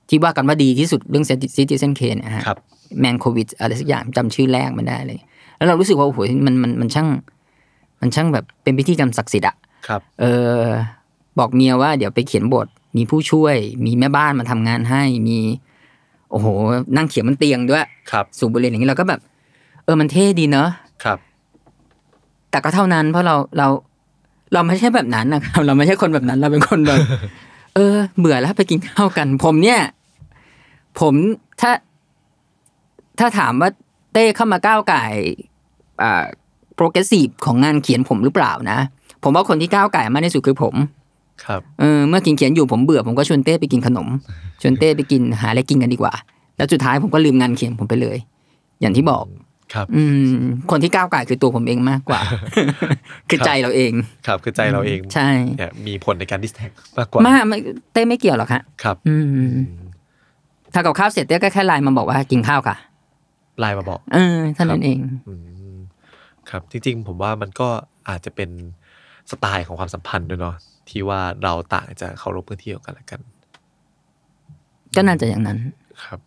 ที่ว่ากันว่าดีที่สุดเรื่องซิติเซนเคนนะฮะ
ครับ
แมนโควิดอะไรสักอย่างจำชื่อแรกไม่ได้เลย แล้วเรารู้สึกว่าโอ้โหมันมันมันช่าง มันช่างแบบเป็นพิธีกรรมศักดิ์สิทธิ์อะ
ครับ
เออ บอกเมียว่าเดี๋ยวไปเขียนบท มีผู้ช่วย มีแม่บ้านมาทำงานให้ มี โอ้โห นั่งเขียนบนเตียงด้วย
ครับ
สูบบุหรี่อย่างนี้เราก็แบบ เออมันเท่ดีเนอะ
ครับ
แต่ก็เท่านั้นเพราะเราเราเราไม่ใช่แบบนั้นนะครับ เราไม่ใช่คนแบบนั้น เราเป็นคนแบบ เออ เบื่อแล้วไปกินข้าวกัน ผมเนี่ย ผมถ้า ถ้าถามว่าเต้เข้ามาก้าวไก่ายอ่าโปรเกรสซีฟของงานเขียนผมหรือเปล่านะ ผมว่าคนที่ก้าวไก่ายมากที่สุดคือผม
ครับ
เออเมื่อกินเขียนอยู่ผมเบื่อผมก็ชวนเต้ไปกินขนม ชวนเต้ไปกินหาอะไรกินกันดีกว่า แล้วสุดท้ายผมก็ลืมงานเขียนผมไปเลย อย่างที่บอก
ครับ
อืม คนที่ก้าวไก่ายคือตัวผมเองมาก กว่า คือ
ครับ
ใจเราเอง
ครับคือใจเราเอง
ใช่
เนี่ยมีผลในการดิสแท็กมากกว่า
มาไม่เต้ไม่เกี่ยวหรอกฮะ
ครับ
อืมถ้ากับข้าวเสร็จเต้ก็แค่ไลน์มาบอกว่ากินข้าวค่ะ
ไลน์มาบอก
เออเท่านั้นเอง
อืมครับจริงๆ ผมว่ามันก็อาจจะเป็นสไตล์ของความสัมพันธ์ด้วยเนาะที่ว่าเราต่างจะเคารพพื้นที่ของกันและกัน
ก็น่าจะอย่างนั้น
ครับ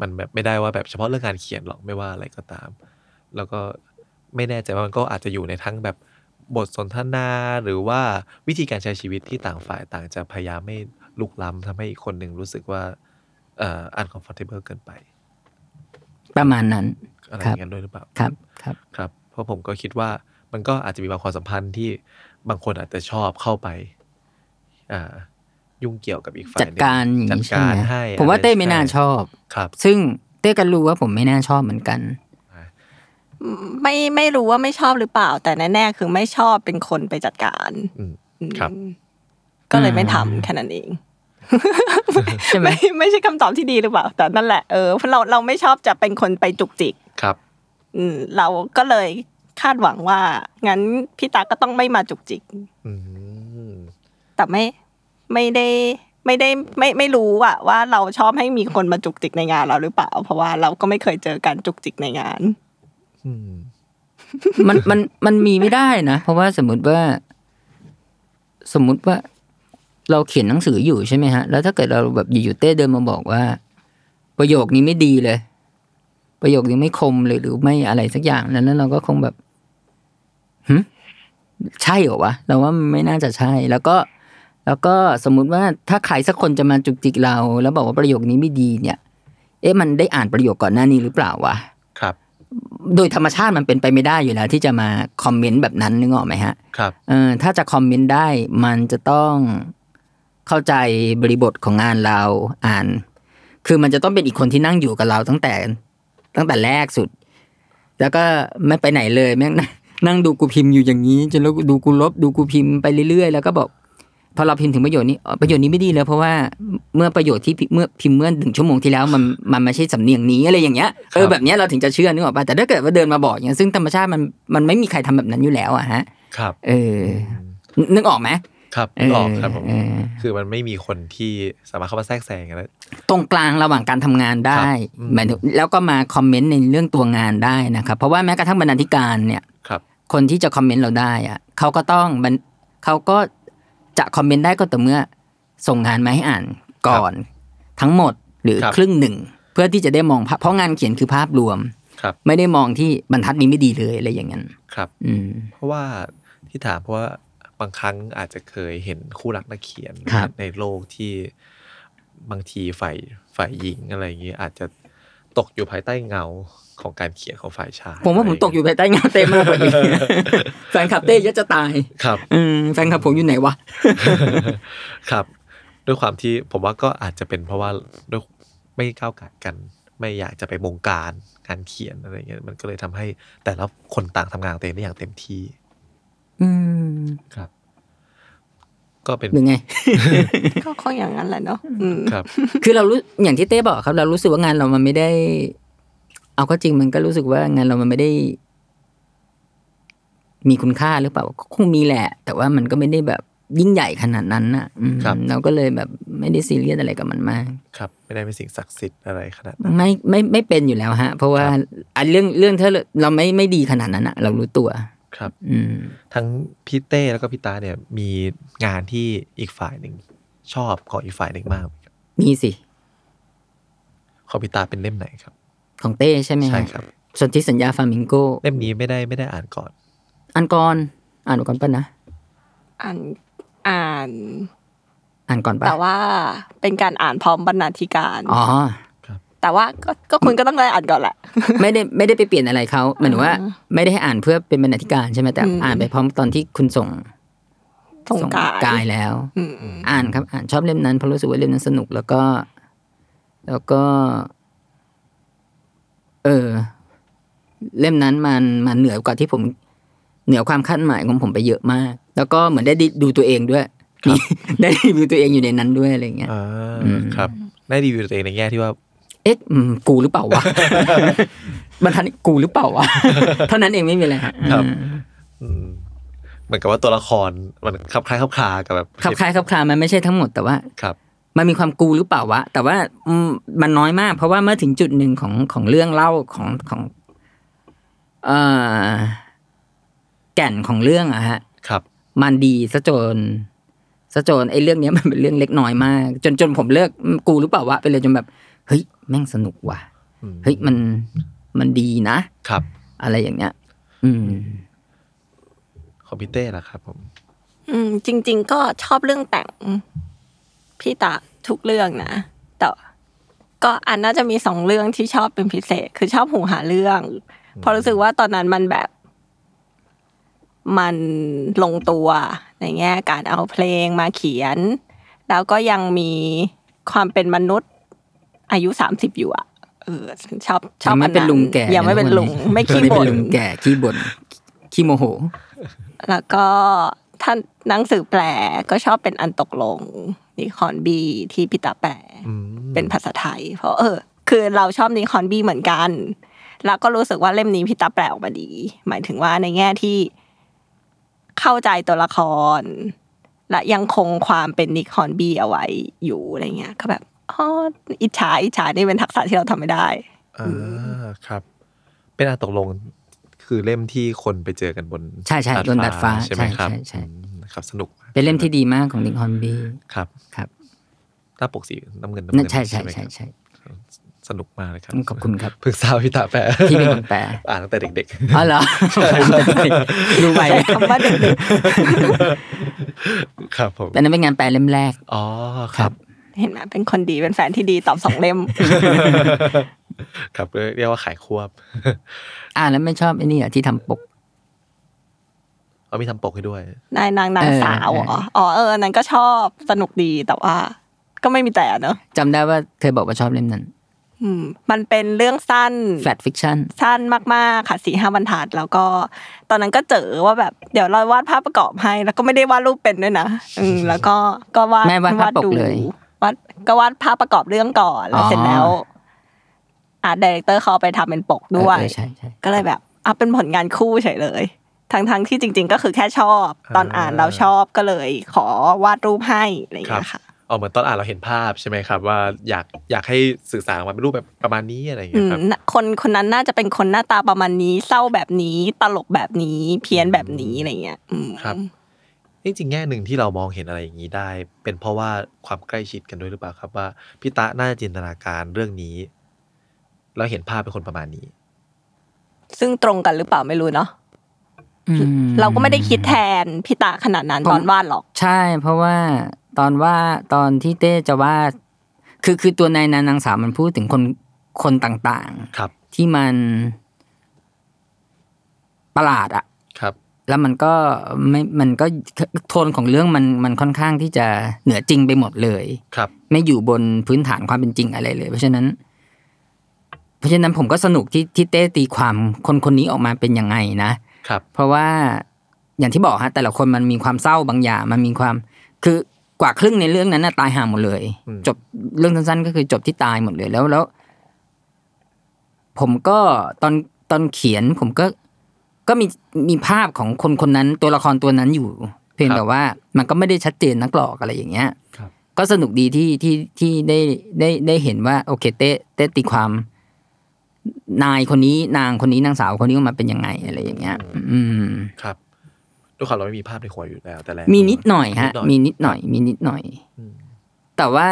มันแบบไม่ได้ว่าแบบเฉพาะเรื่องการเขียนหรอกไม่ว่าอะไรก็ตาม แล้วก็ไม่แน่ใจว่ามันก็อาจจะอยู่ในทั้งแบบบทสนทนาหรือว่าวิธีการใช้ชีวิตที่ต่างฝ่ายต่างจะพยายามไม่ลุกล้ำทำให้อีกคนหนึ่งรู้สึกว่าเอ่อ uncomfortable เกินไป
ประมาณนั้น
อะไรอ
ครับ
ย่างนั้นด้วยหรือเปล่า
ครับครับ
ครับ เพราะผมก็คิดว่ามันก็อาจจะมีบางความสัมพันธ์ที่บางคนอาจจะชอบเข้าไป อ่า ยุ่งเกี่ยวกับอีกฝ่าย
จัดการอย่าง
จัด
นี้ใช่
การ
ไหม
ให้
ผมว่าเต้ไม่น่าช
บ
อบ
ครับ
ซึ่งเต้ก็รู้ว่าผมไม่น่าชอบเหมือนกัน
ไม่ไม่รู้ว่าไม่ชอบหรือเปล่า แต่แน่ๆคือไม่ชอบเป็นคนไปจัดการ
อืมครับ
อืมก็เลยไม่ทำแค่นั้นเอง
ใช่ไหม
ไม่ไม่ใช่คำตอบที่ดีหรือเปล่า แต่นั่นแหละเออเพราะเราเราไม่ชอบจะเป็นคนไปจุกจิก
ครับ
อืมเราก็เลยคาดหวังว่า งั้นพี่ตาก็ต้องไม่มาจุกจิก
อืม
แต่ไม่ไม่ได้ไม่ได้ไม่ไม่รู้อะว่าเราชอบให้มีคนมาจุกจิกในงานเราหรือเปล่า เพราะว่าเราก็ไม่เคยเจอการจุกจิกในงาน
อืม
มันมันมันมีไม่ได้นะ เพราะว่าสมมติว่า สมมุติว่า เราเขียนหนังสืออยู่ใช่ไหมฮะ แล้วถ้าเกิดเราแบบอยู่ๆเต้เดินมาบอกว่า ประโยคนี้ไม่ดีเลย ประโยคนี้ไม่คมเลยหรือไม่อะไรสักอย่างแล้วนั้นเราก็คงแบบหึใช่เหรอวะเราว่ามันไม่น่าจะใช่ แล้วก็ แล้วก็สมมุติว่าถ้าใครสักคนจะมาจุกจิกเรา แล้วบอกว่าประโยคนี้ไม่ดีเนี่ย เอ๊ะมันได้อ่านประโยคก่อนหน้านี้หรือเปล่าวะ
ครับ
โดยธรรมชาติมันเป็นไปไม่ได้อยู่แล้ว ที่จะมาคอมเมนต์แบบนั้นนึกออกไหมฮะ
ครับ
เออถ้าจะคอมเมนต์ได้มันจะต้องเข้าใจบริบทของงานเราอ่าน คือมันจะต้องเป็นอีกคนที่นั่งอยู่กับเราตั้งแต่ตั้งแต่แรกสุด แล้วก็ไม่ไปไหนเลยแม่ง นั่งนั่งดูกูพิมพ์อยู่อย่างนี้จนแล้วดูกูลบดูกูพิมพ์ไปเรื่อยๆ แล้วก็บอกพอเราพิมพ์ถึงประโยชน์นี้อ๋อประโยชน์นี้ไม่ดีเลยเพราะว่าเมื่อประโยชน์ที่พิเมื่อพิมพ์เมื่อถึงชั่วโมงที่แล้วมันมันไม่ใช่สำเนียงนี้อะไรอย่างเงี้ย
ค
เออ
รับ
แบบเนี้ยเราถึงจะเชื่อนึกออกป่ะแต่ถ้าเกิดว่าเดินมาบอกอย่างเงี้ยซึ่งธรรมชาติมันมันไม่มีใครทำแบบนั้นอยู่แล้วอะฮะ
ครับ
เออ นึกออกไหม
ครับ
เ
ออกครับผม
เออ
คือมันไม่มีคนที่สามารถเข้ามาแทรกแซงกันแล้ว
ตรงกลางระหว่างการทำงานได้
ครับอืม
หมายถึงแล้วก็มาคอมเมนต์ในเรื่องตัวงานได้นะครับ เพราะว่าแม้กระทั่งบรรณาธิการเนี่ย
ครับ
คนที่จะคอมเมนต์เราได้อะเขาก็ต้องบันเขาก็จะคอมเมนต์ได้ก็ต่อเมื่อส่งงานมาให้อ่านก่อน ทั้งหมดหรือ
ครับ
ครึ่งหนึ่ง เพื่อที่จะได้มองภาพเพราะงานเขียนคือภาพรวม
ครับ
ไม่ได้มองที่บรรทัดนี้ไม่ดีเลยอะไรอย่างนั้น
ครับ
อืม
เพราะว่าที่ถามเพราะว่าบางครั้งอาจจะเคยเห็นคู่รักนักเขียน
ครับ
ในโลกที่บางทีฝ่ายฝ่ายหญิงอะไรอย่างนี้อาจจะตกอยู่ภายใต้เงาของการเขียนของฝ่ายชาย
ผมว่าผมตกอยู่ภายใต้เงาเต้มากกว่า นี้ แฟนคลับเต้เยอะจะตาย
ครับ
อืมแฟนคลับผมอยู่ไหนวะ
ครับ ด้วยความที่ผมว่าก็อาจจะเป็นเพราะว่าด้วยไม่ก้าวไก่ายกัน ไม่อยากจะไปบงการการเขียนอะไรเงี้ยมันก็เลยทำให้แต่ละคนต่างทำงานของตัวเองได้อย่างเต็มที่
อืม
ครับ ก็เป็น
หรือไง
ก็คงอย่างนั้นแหละเนาะอืม
ครับ
คือเรารู้อย่างที่เต้บอกครับ เรารู้สึกว่างานเรามันไม่ได้ เอาก็จริงมันก็รู้สึกว่างานเรามันไม่ได้ มีคุณค่าหรือเปล่าก็คงมีแหละ แต่ว่ามันก็ไม่ได้แบบยิ่งใหญ่ขนาดนั้นน่ะอืม
ครับ
เราก็เลยแบบไม่ได้ซีเรียสอะไรกับมันมาก
ครับ ไม่ได้เป็นสิ่งศักดิ์สิทธิ์อะไรขนาดนั้น
ไม่ไม่ไม่เป็นอยู่แล้วฮะ เพราะว่า
ครับ
อันเรื่องเรื่องถ้าเราไม่ไม่ดีขนาดนั้นอะเรารู้ตัว
ครับ
อืม
ทั้งพี่เต้แล้วก็พี่ตาเนี่ย มีงานที่อีกฝ่ายหนึ่งชอบของอีกฝ่ายหนึ่งมากไหมครับ
มีสิ
ของพี่ตาเป็นเล่มไหนครับ
ของเต้ใช่ไหมฮะ
ใช่ครับ
สนธิสัญญาฟามิงโก
เล่มนี้ไม่ได้ไม่ได้อ่านก่อน
อ่านก่อนอ่านก่อนป่ะนะ
อ่านอ่าน
อ่านก่อนป่ะ
แต่ว่าเป็นการอ่านพร้อมบรรณาธิการ
อ๋อ
แต่ว่าก็ก็คุณก็ต้องได้อ่านก่อนแหละ
ไม่ได้ไม่ได้ไปเปลี่ยนอะไรเขาหมายถึงว่า
อ่า
ไม่ได้ให้อ่านเพื่อเป็นบรรณาธิการใช่ไหมแต่
อืม
อ่านไปพร้อมตอนที่คุณส่ง
สงกราร
กายแล้ว
อืม
อ่านครับ อ่านชอบเล่มนั้นเพราะรู้สึกว่าเล่มนั้นสนุกแล้วก็ แล้วก็ เออ เล่มนั้นมันมันเหนือกว่าที่ผม เหนือความคาดหมายของผมไปเยอะมาก แล้วก็เหมือนได้ดูตัวเองด้วยมี ได้รีวิวตัวเองอยู่ในนั้นด้วยอะไรอย่างเงี้ย
อ่า
อืม
ครับ ได้รีวิวตัวเองในแง่ที่ว่า
เอ๊ะอืมกูหรือเปล่าวะ บรรทัดนี้กูหรือเปล่าวะ เท่านั้นเองไม่มีอะไรฮะ
ครับ
อืม
อืมเหมือนกับว่าตัวละครมันคลับคล้ายคลับคลากับแบบ
ครับคล้ายครับคลามันไม่ใช่ทั้งหมดแต่ว่า
ครับ
มันมีความกูหรือเปล่าวะ แต่ว่าอืมมันน้อยมาก เพราะว่าเมื่อถึงจุดหนึ่งของของเรื่องเล่าของของเอ่อแก่นของเรื่องอะฮะ
ครับ
มันดีซะจนซะจนไอ้เรื่องเนี้ยมันเป็นเรื่องเล็กน้อยมาก จนจนผมเลิกอืมกูหรือเปล่าวะไปเลยจนแบบเฮ้ยแม่งสนุกว่ะ
อืม
เฮ้ยมันมันดีนะ
ครับ
อะไรอย่างเงี้ย อืม
คอมพิวเตอร์ล่ะครับ ผม
อืมจริง ๆ ก็ชอบเรื่องแต่งพี่ตาทุกเรื่องนะแต่ก็อันน่าจะมีสองเรื่องที่ชอบเป็นพิเศษ คือชอบหูหาเรื่องเพราะรู้สึกว่าตอนนั้นมันแบบ มันลงตัวในแง่การเอาเพลงมาเขียน แล้วก็ยังมีความเป็นมนุษย์อายุสามสิบอยู่อะเออชอบชอบ
ยังไม่
อั
เป็นลุงแก่
ยังไม่
ะ
เป็นลุง
วั
ไม่ขี้
ยัง
บ่
เป็น ลุงแก่ขี้บ่นขี้โมโห
แล้วก็ท่านหนังสือแปลก็ชอบเป็นอันตกลงนิคอนบีที่พิตาแปล
อืม
เป็นภาษาไทย เพราะเออ คือเราชอบนิคอนบีเหมือนกัน แล้วก็รู้สึกว่าเล่มนี้พิตาแปลออกมาดี หมายถึงว่าในแง่ที่เข้าใจตัวละคร และยังคงความเป็นนิคอนบีเอาไว้อยู่อะไรเงี้ยก็แบบอ๋ออิจฉาอิจฉานี่เป็นทักษะที่เราทำไม่ได้
อ่าครับ เป็นอันตกลงคือเล่มที่คนไปเจอกันบน
ใช่ใช่บนดาดฟ้า
ใช่ไหมครับ
ใช่ใช่ใช่
อืมครับ สนุกมาก
เป็นเล่มที่ดีมากของลิงคอนบี
ครับ
ครับ
หน้าปกสีน้ำเงินน้ำ
นั่
เงิ
นใช่ใช่
ไหม
ใช่
ครับ
ใช่
สนุกมากเลยครับ
ขอบคุณครับ
ปรึกษาพี่ตาแปะ
ที่เป็นคนแปล
อ่านตั้งแต่เด็ก
อ๋อเหร อรู้ไป
ใช้คำว่าเด็ก
ๆ ครับผม
แต่นั้นเป็นงานแปลเล่มแรก
อ๋อครับ
ๆเห็นไหมเป็นคนดีเป็นแฟนที่ดีตอบสองเล่ม
ครับเรียกว่าขาย ควบ
อ่าแล้วไม่ชอบไอ้นี่เหรอที่ทำปก
เอามีทำปกให้ด้วย
นายนางนาง
เออ
สาวเหร
เอ
อ
อ
อ๋อเอออันนั้นก็ชอบสนุกดีแต่ว่า ก็ไม่มีแต่เนอะ
จำได้ว่าเธอบอกว่าชอบเล่มนั้น
อืม มันเป็นเรื่องสั้น
แฟลตฟิคชั่น
สั้นมากๆค่ะสี่ห้าบรรทัด แล้วก็ตอนนั้นก็เจอว่าแบบเดี๋ยวเราวาดภาพประกอบให้ แล้วก็ไม่ได้วาดรูปเป็นด้วยนะอื มแล้วก็ก็วาด
ไม่วาดภาพปกเลยว
าดก็วาดภาพประกอบเรื่องก่อนแล้
อ๋
ว
อ
เสร็จแล้วอาร์ตดีเรคเตอร์เขาเอาไปทำเป็นปกด้วย
เออเออใช่ใช่
ก็เลยแบบอ่ะเป็นผลงานคู่เฉยเลยทั้งๆที่จริง ๆ ก็คือแค่ชอบ ตอน
อ่า
อ่านเราชอบก็เลยขอวาดรูปให้อะไรอย่างเงี้ยค่ะ
อ๋อเหมือนตอนอ่านเราเห็นภาพใช่ไหมครับ ว่าอยากอยากให้สื่อสารออกมาเป็นรูปแบบประมาณนี้อะไรอย่าง
อื
เงี้ย
ม
ครับ
น่ะคนคนนั้นน่าจะเป็นคนหน้าตาประมาณนี้ เศร้าแบบนี้ ตลกแบบนี้ เพี้ยนแบบนี้อะไรเงี้ยอืม
ครับ จริงๆแง่หนึ่งที่เรามองเห็นอะไรอย่างนี้ได้ เป็นเพราะว่าความใกล้ชิดกันด้วยหรือเปล่าครับว่าพี่ตะน่าจะจินตนาการเรื่องนี้ แล้วเห็นภาพเป็นคนประมาณนี้
ซึ่งตรงกันหรือเปล่าไม่รู้เนาะ
อืม
เราก็ไม่ได้คิดแทนพี่ตาขนาดนั้น
ผม
ตอนวาดหรอก
ใช่ เพราะว่าตอนว่าตอนที่เต้จะว่าดคือคือตัวนายนานางสาวมันพูดถึงคนคนต่าง
ครับ
ๆ ที่มันประหลาดอะ
ครับ
แล้วมันก็ไม่มันก็โทนของเรื่องมันมันค่อนข้างที่จะเหนือจริงไปหมดเลย
ครับ
ไม่อยู่บนพื้นฐานความเป็นจริงอะไรเลย เพราะฉะนั้น เพราะฉะนั้นผมก็สนุกที่ที่เต้ตีความคนคนนี้ออกมาเป็นยังไงนะ
ครับ
เพราะว่าอย่างที่บอกฮะแต่ละคนมันมีความเศร้าบางอย่างมันมีความ คือกว่าครึ่งในเรื่องนั้นน่ะตายห่าหมดเลย
อืม
จบเรื่องสั้นๆ ก็คือจบที่ตายหมดเลยแล้วแล้ว ผมก็ตอนตอนเขียน ผมก็ก็มีมีภาพของคนคนนั้นตัวละครตัวนั้นอยู่ เพียงแต่ว่ามันก็ไม่ได้ชัดเจนนักหรอกอะไรอย่างเงี้ย
ครับ
ก็สนุกดีที่ที่ที่ได้ได้ได้เห็นว่า โอเคเต้เต้ตีความ นายคนนี้นางคนนี้นางสาวคนนี้ออกมาเป็นยังไงอะไรอย่างเงี้ย อืม
ครับด้วยความเราไม่มีภาพในหัวอยู่แล้ว แต่แรก
มีนิดหน่อยฮะ
มี
มี
นิ
นิ
ด
ด
ห
ห
น่
น่
อ
อย ย มีนิดหน่อย
อืม
แต่ว่า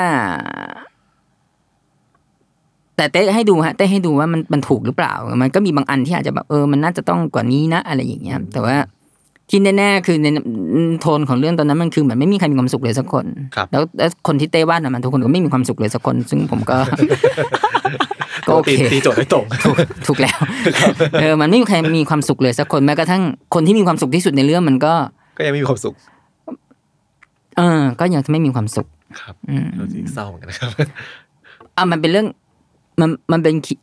แต่เต้ให้ดูฮะเต้ให้ดูว่ามันมันถูกหรือเปล่า มันก็มีบางอันที่อาจจะแบบเออมันน่าจะต้องกว่านี้นะอะไรอย่างเงี้ย แต่ว่าที่แน่ๆคือในโทนของเรื่องตอนนั้นมันคือเหมือนไม่มีใครมีความสุขเลยสักคน
ครับ
แล้วแล้วคนที่เต้วาดน่ะมันทุกคนก็ไม่มีความสุขเลยสักคน ซึ่ง ผมก็ ก็โอ
ตี
เค
ตีโจทย์ไม่ตรง
ถูก ถูกแล้ว เออ มันไม่มีใครมีความสุขเลยสักคนแม้กระทั่งคนที่มีความสุขที่สุดในเรื่องมันก็
ก็ยังไม่มีความสุข
เออ ก็ยังไม่มีความสุข
ครับ
อืม
เราจริงเศร้าเหมือนกันนะครับ
อ่ะมันเป็นเรื่องมันมันเป็นขี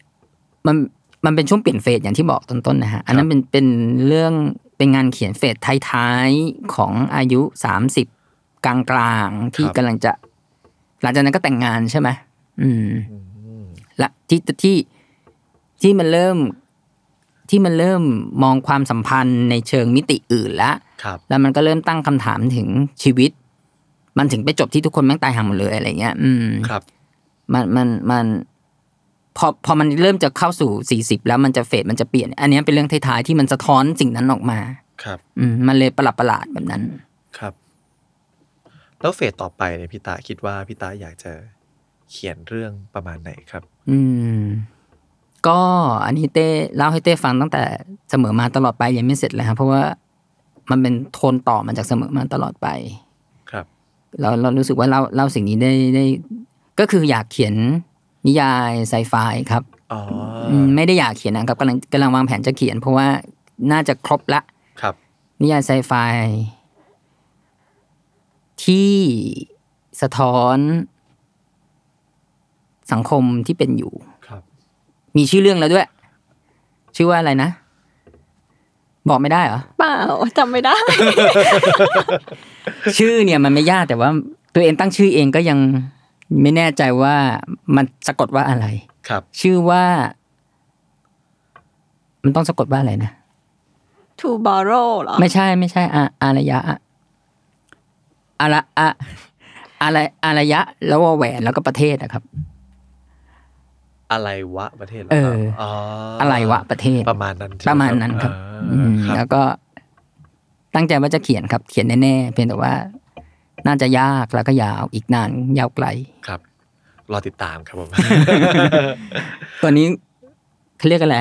มันมันเป็นช่วงเปลี่ยนเฟสอย่างที่บอกตอนต้นนะฮะ อันนั้นเป็นเป็นเรื่องเป็นงานเขียนเฟสท้ายๆของอายุสามสิบกลางๆ ที่
ครับ
กำลังจะ หลังจากนั้นก็แต่งงานใช่ไหมอืม
อืม
และที่ที่ที่มันเริ่มที่มันเริ่มมองความสัมพันธ์ในเชิงมิติอื่นละ
ครับ
แล้วมันก็เริ่มตั้งคำถามถึงชีวิต มันถึงไปจบที่ทุกคนแม่งตายห่าหมดเลยอะไรเงี้ย อืม
ครับ
มันมันมันพอพอมันเริ่มจะเข้าสู่สี่สิบแล้วมันจะเฟดมันจะเปลี่ยน อันเนี้ยเป็นเรื่องท้ายๆที่มันสะท้อนสิ่งนั้นออกมา
ครับ
อืมมันเลยประหลาดประหลาดๆแบบนั้น
ครับ แล้วเฟสต่อไปเนี่ยพี่ตาคิดว่าพี่ตาอยากจะเขียนเรื่องประมาณไหนครับ
อืม ก็อันนี้เต้เล่าให้เต้ฟังตั้งแต่เสมอมาตลอดไปยังไม่เสร็จเลยครับเพราะว่ามันเป็นโทนต่อมาจากเสมอมาตลอดไป
ครับ
เราเรารู้สึกว่าเราเล่าสิ่งนี้ได้ได้ ก็คืออยากเขียนนิยายไซไฟครับ
อ๋อ
อืมไม่ได้อยากเขียนนะครับกำลังกำลังวางแผนจะเขียน เพราะว่าน่าจะครบละ
ครับ
นิยายไซไฟที่สะท้อนสังคมที่เป็นอยู่
ครับ
มีชื่อเรื่องแล้วด้วย ชื่อว่าอะไรนะ บอกไม่ได้เหรอ
เปล่าจำไม่ได้
ชื่อเนี่ยมันไม่ยากแต่ว่า ตัวเองตั้งชื่อเองก็ยังไม่แน่ใจว่ามันสะกดว่าอะไร
ครับ
ชื่อว่า มันต้องสะกดว่าอะไรนะ
to borrow เหรอ
ไม่ใช่ไม่ใช่อะอารยะอะอาระอะอะไรอารยะ แล้วว่าแหวนแล้วก็ประเทศนะครับ
อะไรวะประเทศหร
เออ
อ๋อ
อะไรวะประเทศ
ประมาณนั้นใช่ไห
ประมาณนั้นครับ
อ่า
อืม
ครั
แล้
บ
วก็ตั้งใจว่าจะเขียนครับ เขียนแน่ๆเพียงแต่ว่า น่าจะยากแล้วก็ยาวอีกนานยาวไกล
ครับ รอติดตามครับผม
ตัวนี้เขาเรียกอะไร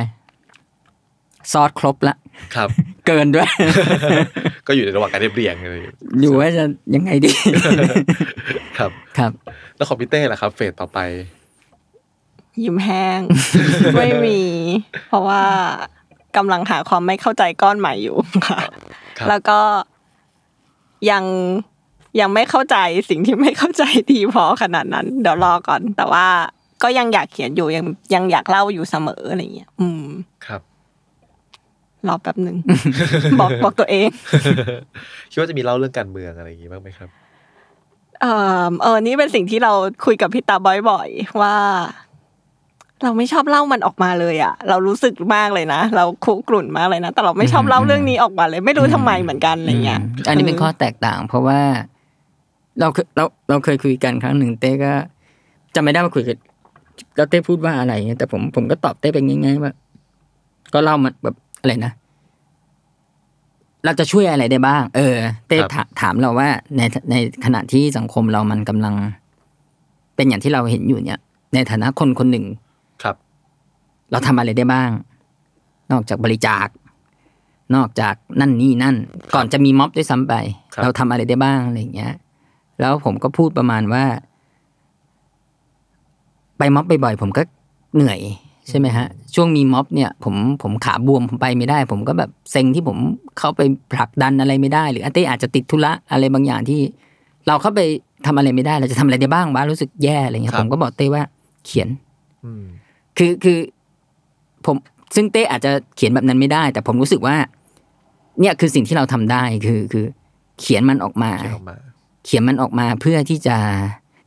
ซอสครบละ
ครับ
เกินด้วย
ก็อยู่ในระหว่างการเรียบเรียงเลย
อยู่ว่าจะยังไงดี
ครับ
ครับ
แล้วของพี่เต้ล่ะครับ เฟสต่อไป
ยิ้มแห้ ง ไม่มี เพราะว่ากำลังหาความไม่เข้าใจก้อนใหม่อยู่ค่ะ
ครับ
แล้วก็ยังยังไม่เข้าใจสิ่งที่ไม่เข้าใจดีพอขนาดนั้น เดี๋ยวรอก่อน แต่ว่าก็ยังอยากเขียนอยู่ยังยังอยากเล่าอยู่เสมออะไรอย่างเงี้ยอืม
ครับ
รอแป๊บหนึ่ง บอกบอกตัวเอง
คิดว่าจะมีเล่าเรื่องการเมืองอะไรอย่างงี้บ้างไหมครับ
เออเออนี่เป็นสิ่งที่เราคุยกับพี่ตาบ่อยๆว่า เราไม่ชอบเล่ามันออกมาเลยอะเรารู้สึกมากเลยนะเราคุกรุ่นมากเลยนะแต่เราไม่ชอบเล่าเรื่องนี้ออกมาเลย ไม่รู้ทำไมเหมือนกันอะไรเงี้ย
อันนี้เป็นข้อแตกต่าง เพราะว่าเราเคยเราเราเคยคุยกันครั้งหนึ่งเต้ก็จำไม่ได้ว่าคุยกันแล้วเต้พูดว่าอะไรเงี้ยแต่ผมผมก็ตอบเต้ไปง่ายๆว่า ก็เล่ามันแบบอะไรนะ เราจะช่วยอะไรได้บ้าง เออ เต้
ครับ
ถาถามเราว่าในในขณะที่สังคมเรามันกำลัง เป็นอย่างที่เราเห็นอยู่เนี่ย ในฐานะคนคนหนึ่ง
ครับ
เราทำอะไรได้บ้าง นอกจากบริจาค นอกจากนั่นนี่นั่น ก่อนจะมีม็อบด้วยซ้ำไป
ครับ
เราทำอะไรได้บ้างอะไรอย่างเงี้ย แล้วผมก็พูดประมาณว่า ไปม็อบบ่อยๆผมก็เหนื่อยใช่ไหมฮะ ช่วงมีม็อบเนี่ย ผมผมขาบวมผมไปไม่ได้ ผมก็แบบเซ็งที่ผมเข้าไปผลักดันอะไรไม่ได้ หรืออาเต้อาจจะติดธุระอะไรบางอย่างที่ เราเข้าไปทำอะไรไม่ได้ เราจะทำอะไรได้บ้างวะรู้สึกแย่อะไรเงี้
ค
ย
รับ
ผมก็บอกเต้ว่าเขียน
อืม
คือคือผมซึ่งเต้อาจจะเขียนแบบนั้นไม่ได้ แต่ผมรู้สึกว่า เนี่ยคือสิ่งที่เราทำได้คือคือเขียนมันออกมา
เขียนออกมา
เขียนมันออกมาเพื่อที่จะ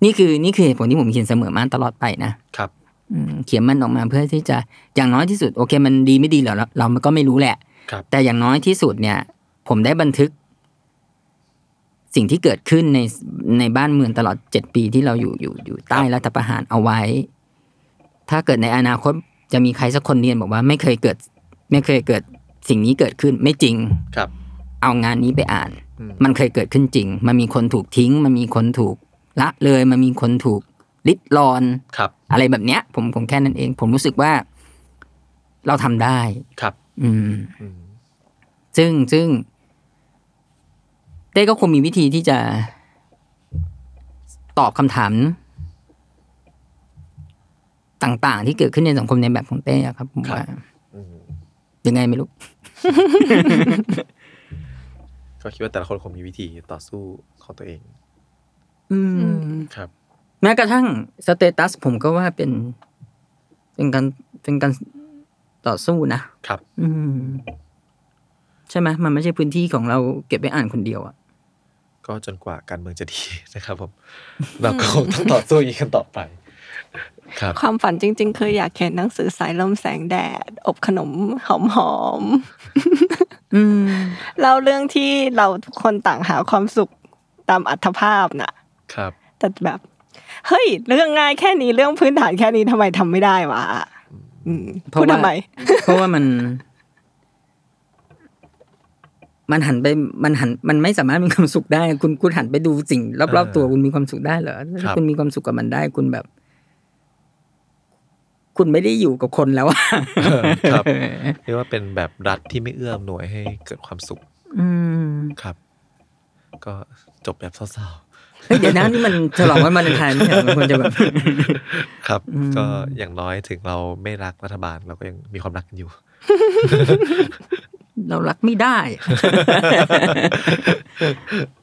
นี่คือนี่คือเหตุผลที่ผมเขียนเสมอมาตลอดไปนะครับ อืมเขียนมันออกมาเพื่อที่จะอย่างน้อยที่สุด โอเค มันดีไม่ดีเหรอเราเราก็ไม่รู้แหละ
ครับ
แต่อย่างน้อยที่สุดเนี่ย ผมได้บันทึก สิ่งที่เกิดขึ้นในในบ้านเมืองตลอดเจ็ดปีที่เราอยู่อยู่อยู่ใต้รัฐประหารเอาไว้ ถ้าเกิดในอนาคตจะมีใครสักคนเรียนบอกว่าไม่เคยเกิด ไม่เคยเกิดสิ่งนี้เกิดขึ้นไม่จริง
ครับ
เอางานนี้ไปอ่าน
อืม
มันเคยเกิดขึ้นจริง มันมีคนถูกทิ้ง มันมีคนถูกละเลย มันมีคนถูกลิดรอน
ครับ
อะไรแบบเนี้ย ผมผมแค่นั้นเอง ผมรู้สึกว่า เราทำได้
ครับ
อืม
อืม
ซึ่งซึ่งเต้ก็คงมีวิธีที่จะตอบคำถาม ต่างๆ ที่เกิดขึ้นในสังคมในแบบของเต้อะครับผม
ครับ
ว่า
อืม
ยังไงไม่รู้
ก็คิดว่าแต่ละคนคงมีวิธีต่อสู้ของตัวเอง
อืม
ครับ
แม้กระทั่งสเตตัสผมก็ว่าเป็น เป็นการเป็นการต่อสู้นะครับ อืม ใช่ไหมมันไม่ใช่พื้นที่ของเราเก็บไปอ่านคนเดียวอะ
ก็จนกว่าการเมืองจะดี นะครับผม เราก็คงต้องต่อสู้อย่างนี้กันต่อไป ครับ
ความฝันจริง ๆ คืออยากเขียนหนังสือสายลมแสงแดด อบขนมหอม
อืม
ๆเล่าเรื่องที่เราทุกคนต่างหาความสุขตามอัตภาพน่ะ
ครับ
แต่แบบเฮ้ยเรื่องง่ายแค่นี้เรื่องพื้นฐานแค่นี้ทำไมทำไม่ได้วะอืม
เพราะ
พูด
ว่า
ทำไม
เพราะว่ามัน มันหันไปมันหัน มันไม่สามารถมีความสุขได้ คุณคุณหันไปดูสิ่งรอบๆตัวคุณมีความสุขได้เหรอ
ครั
ถ้า
บ
คุณมีความสุขกับมันได้ คุณแบบ คุณไม่ได้อยู่กับคนแล้วอะ
ครับ เรียกว่าเป็นแบบรัฐที่ไม่เอื้อมหน่วยให้เกิดความสุข
อืม
ครับ ก็จบแบบเศร้า
เฮ้ยเดี๋ยวนะนี่มันฉลองวันวาเลนไทน์ไม่ใช่เหรอมันควรจะแบบ
ๆ ครับ
อืม
ก็อย่างน้อยถึงเราไม่รักรัฐบาลเราก็ยังมีความรักกันอยู่
เรารักไม่ได้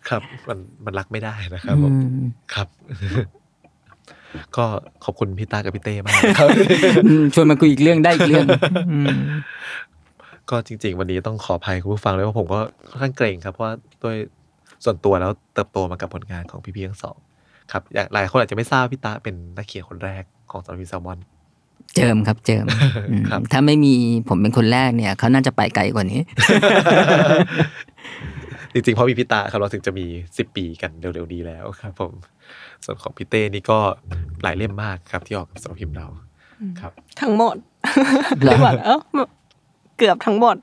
ครับ มันมันรักไม่ได้นะครับผม
อืม
ครับ ก็ขอบคุณพี่ตากับพี่เต้มากครับ
อืมชวนมาคุยอีกเรื่องได้อีกเรื่องอืม
ก็จริง ๆ วันนี้ต้องขออภัยคุณผู้ฟังด้วยว่าผมก็ค่อนข้างเกรงครับเพราะว่าด้วยส่วนตัวแล้วเติบโตมากับผลงานของพี่ๆทั้งสองครับอย่างหลายคนอาจจะไม่ทราบพี่ตาเป็นนักเขียนคนแรกของสำนักพิมพ์แซลมอน
เจิมครับเจิมอืม
ครับ
ถ้าไม่มีผมเป็นคนแรกเนี่ยเขาน่าจะไปไกลกว่านี้
จริงๆเพราะมีพี่ตาครับเราถึงจะมี 10 ปีกันเร็วๆนี้แล้วครับ ผมส่วนของพี่เต้นี่ก็หลายเล่มมากครับที่ออกกับสำนักพิมพ์เราครับ
ทั้งหมด
เหรอ
ทั้งหมดเออเกือบทั้งหมด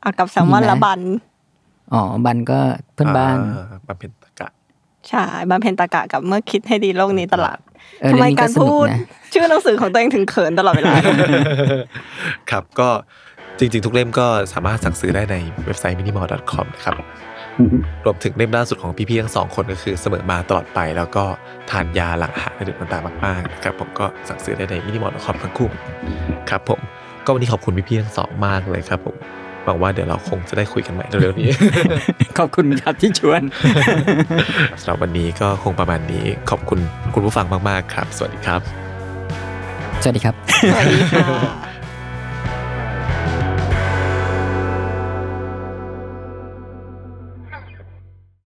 เอากับแซลมอน
มีไหม
ละบัน
อ๋อบันก็เพื่อนบ้าน
อ่บำเพ็ญตะกะ
ใช่บำเพ็ญตากะกับเมื่อคิดให้ดีโลกนี้ตลาด
เออ
ทำไม
เองนี้
การ
สนุ
พูด
นะ
ชื่อหนังสือของตัวเองถึงเขินตลอดเวลา
ครับก็จริงๆ ทุกเล่มก็สามารถสั่งซื้อได้ในเว็บไซต์ minimal.com นะครับรวมถึงเล่มล่าสุดของพี่ๆทั้งสองคนก็คือเสมอมาตลอดไป แล้วก็ทานยาหลังอาหารในเดือนต่างๆมากๆนะครับผมก็สั่งซื้อได้ใน minimal.com ทั้งคู่ครับผมก็วันนี้ขอบคุณพี่ๆทั้งสองมากเลยครับผมหวังว่าเดี๋ยวเราคงจะได้คุยกันใหม่เร็วๆนี้
ขอบคุณครับที่ชวน
สำหรับวันนี้ก็คงประมาณนี้ขอบคุณคุณผู้ฟังมากๆครับ สวัสดีครับ
สวัสดีครับ
สวัสดีค่ะ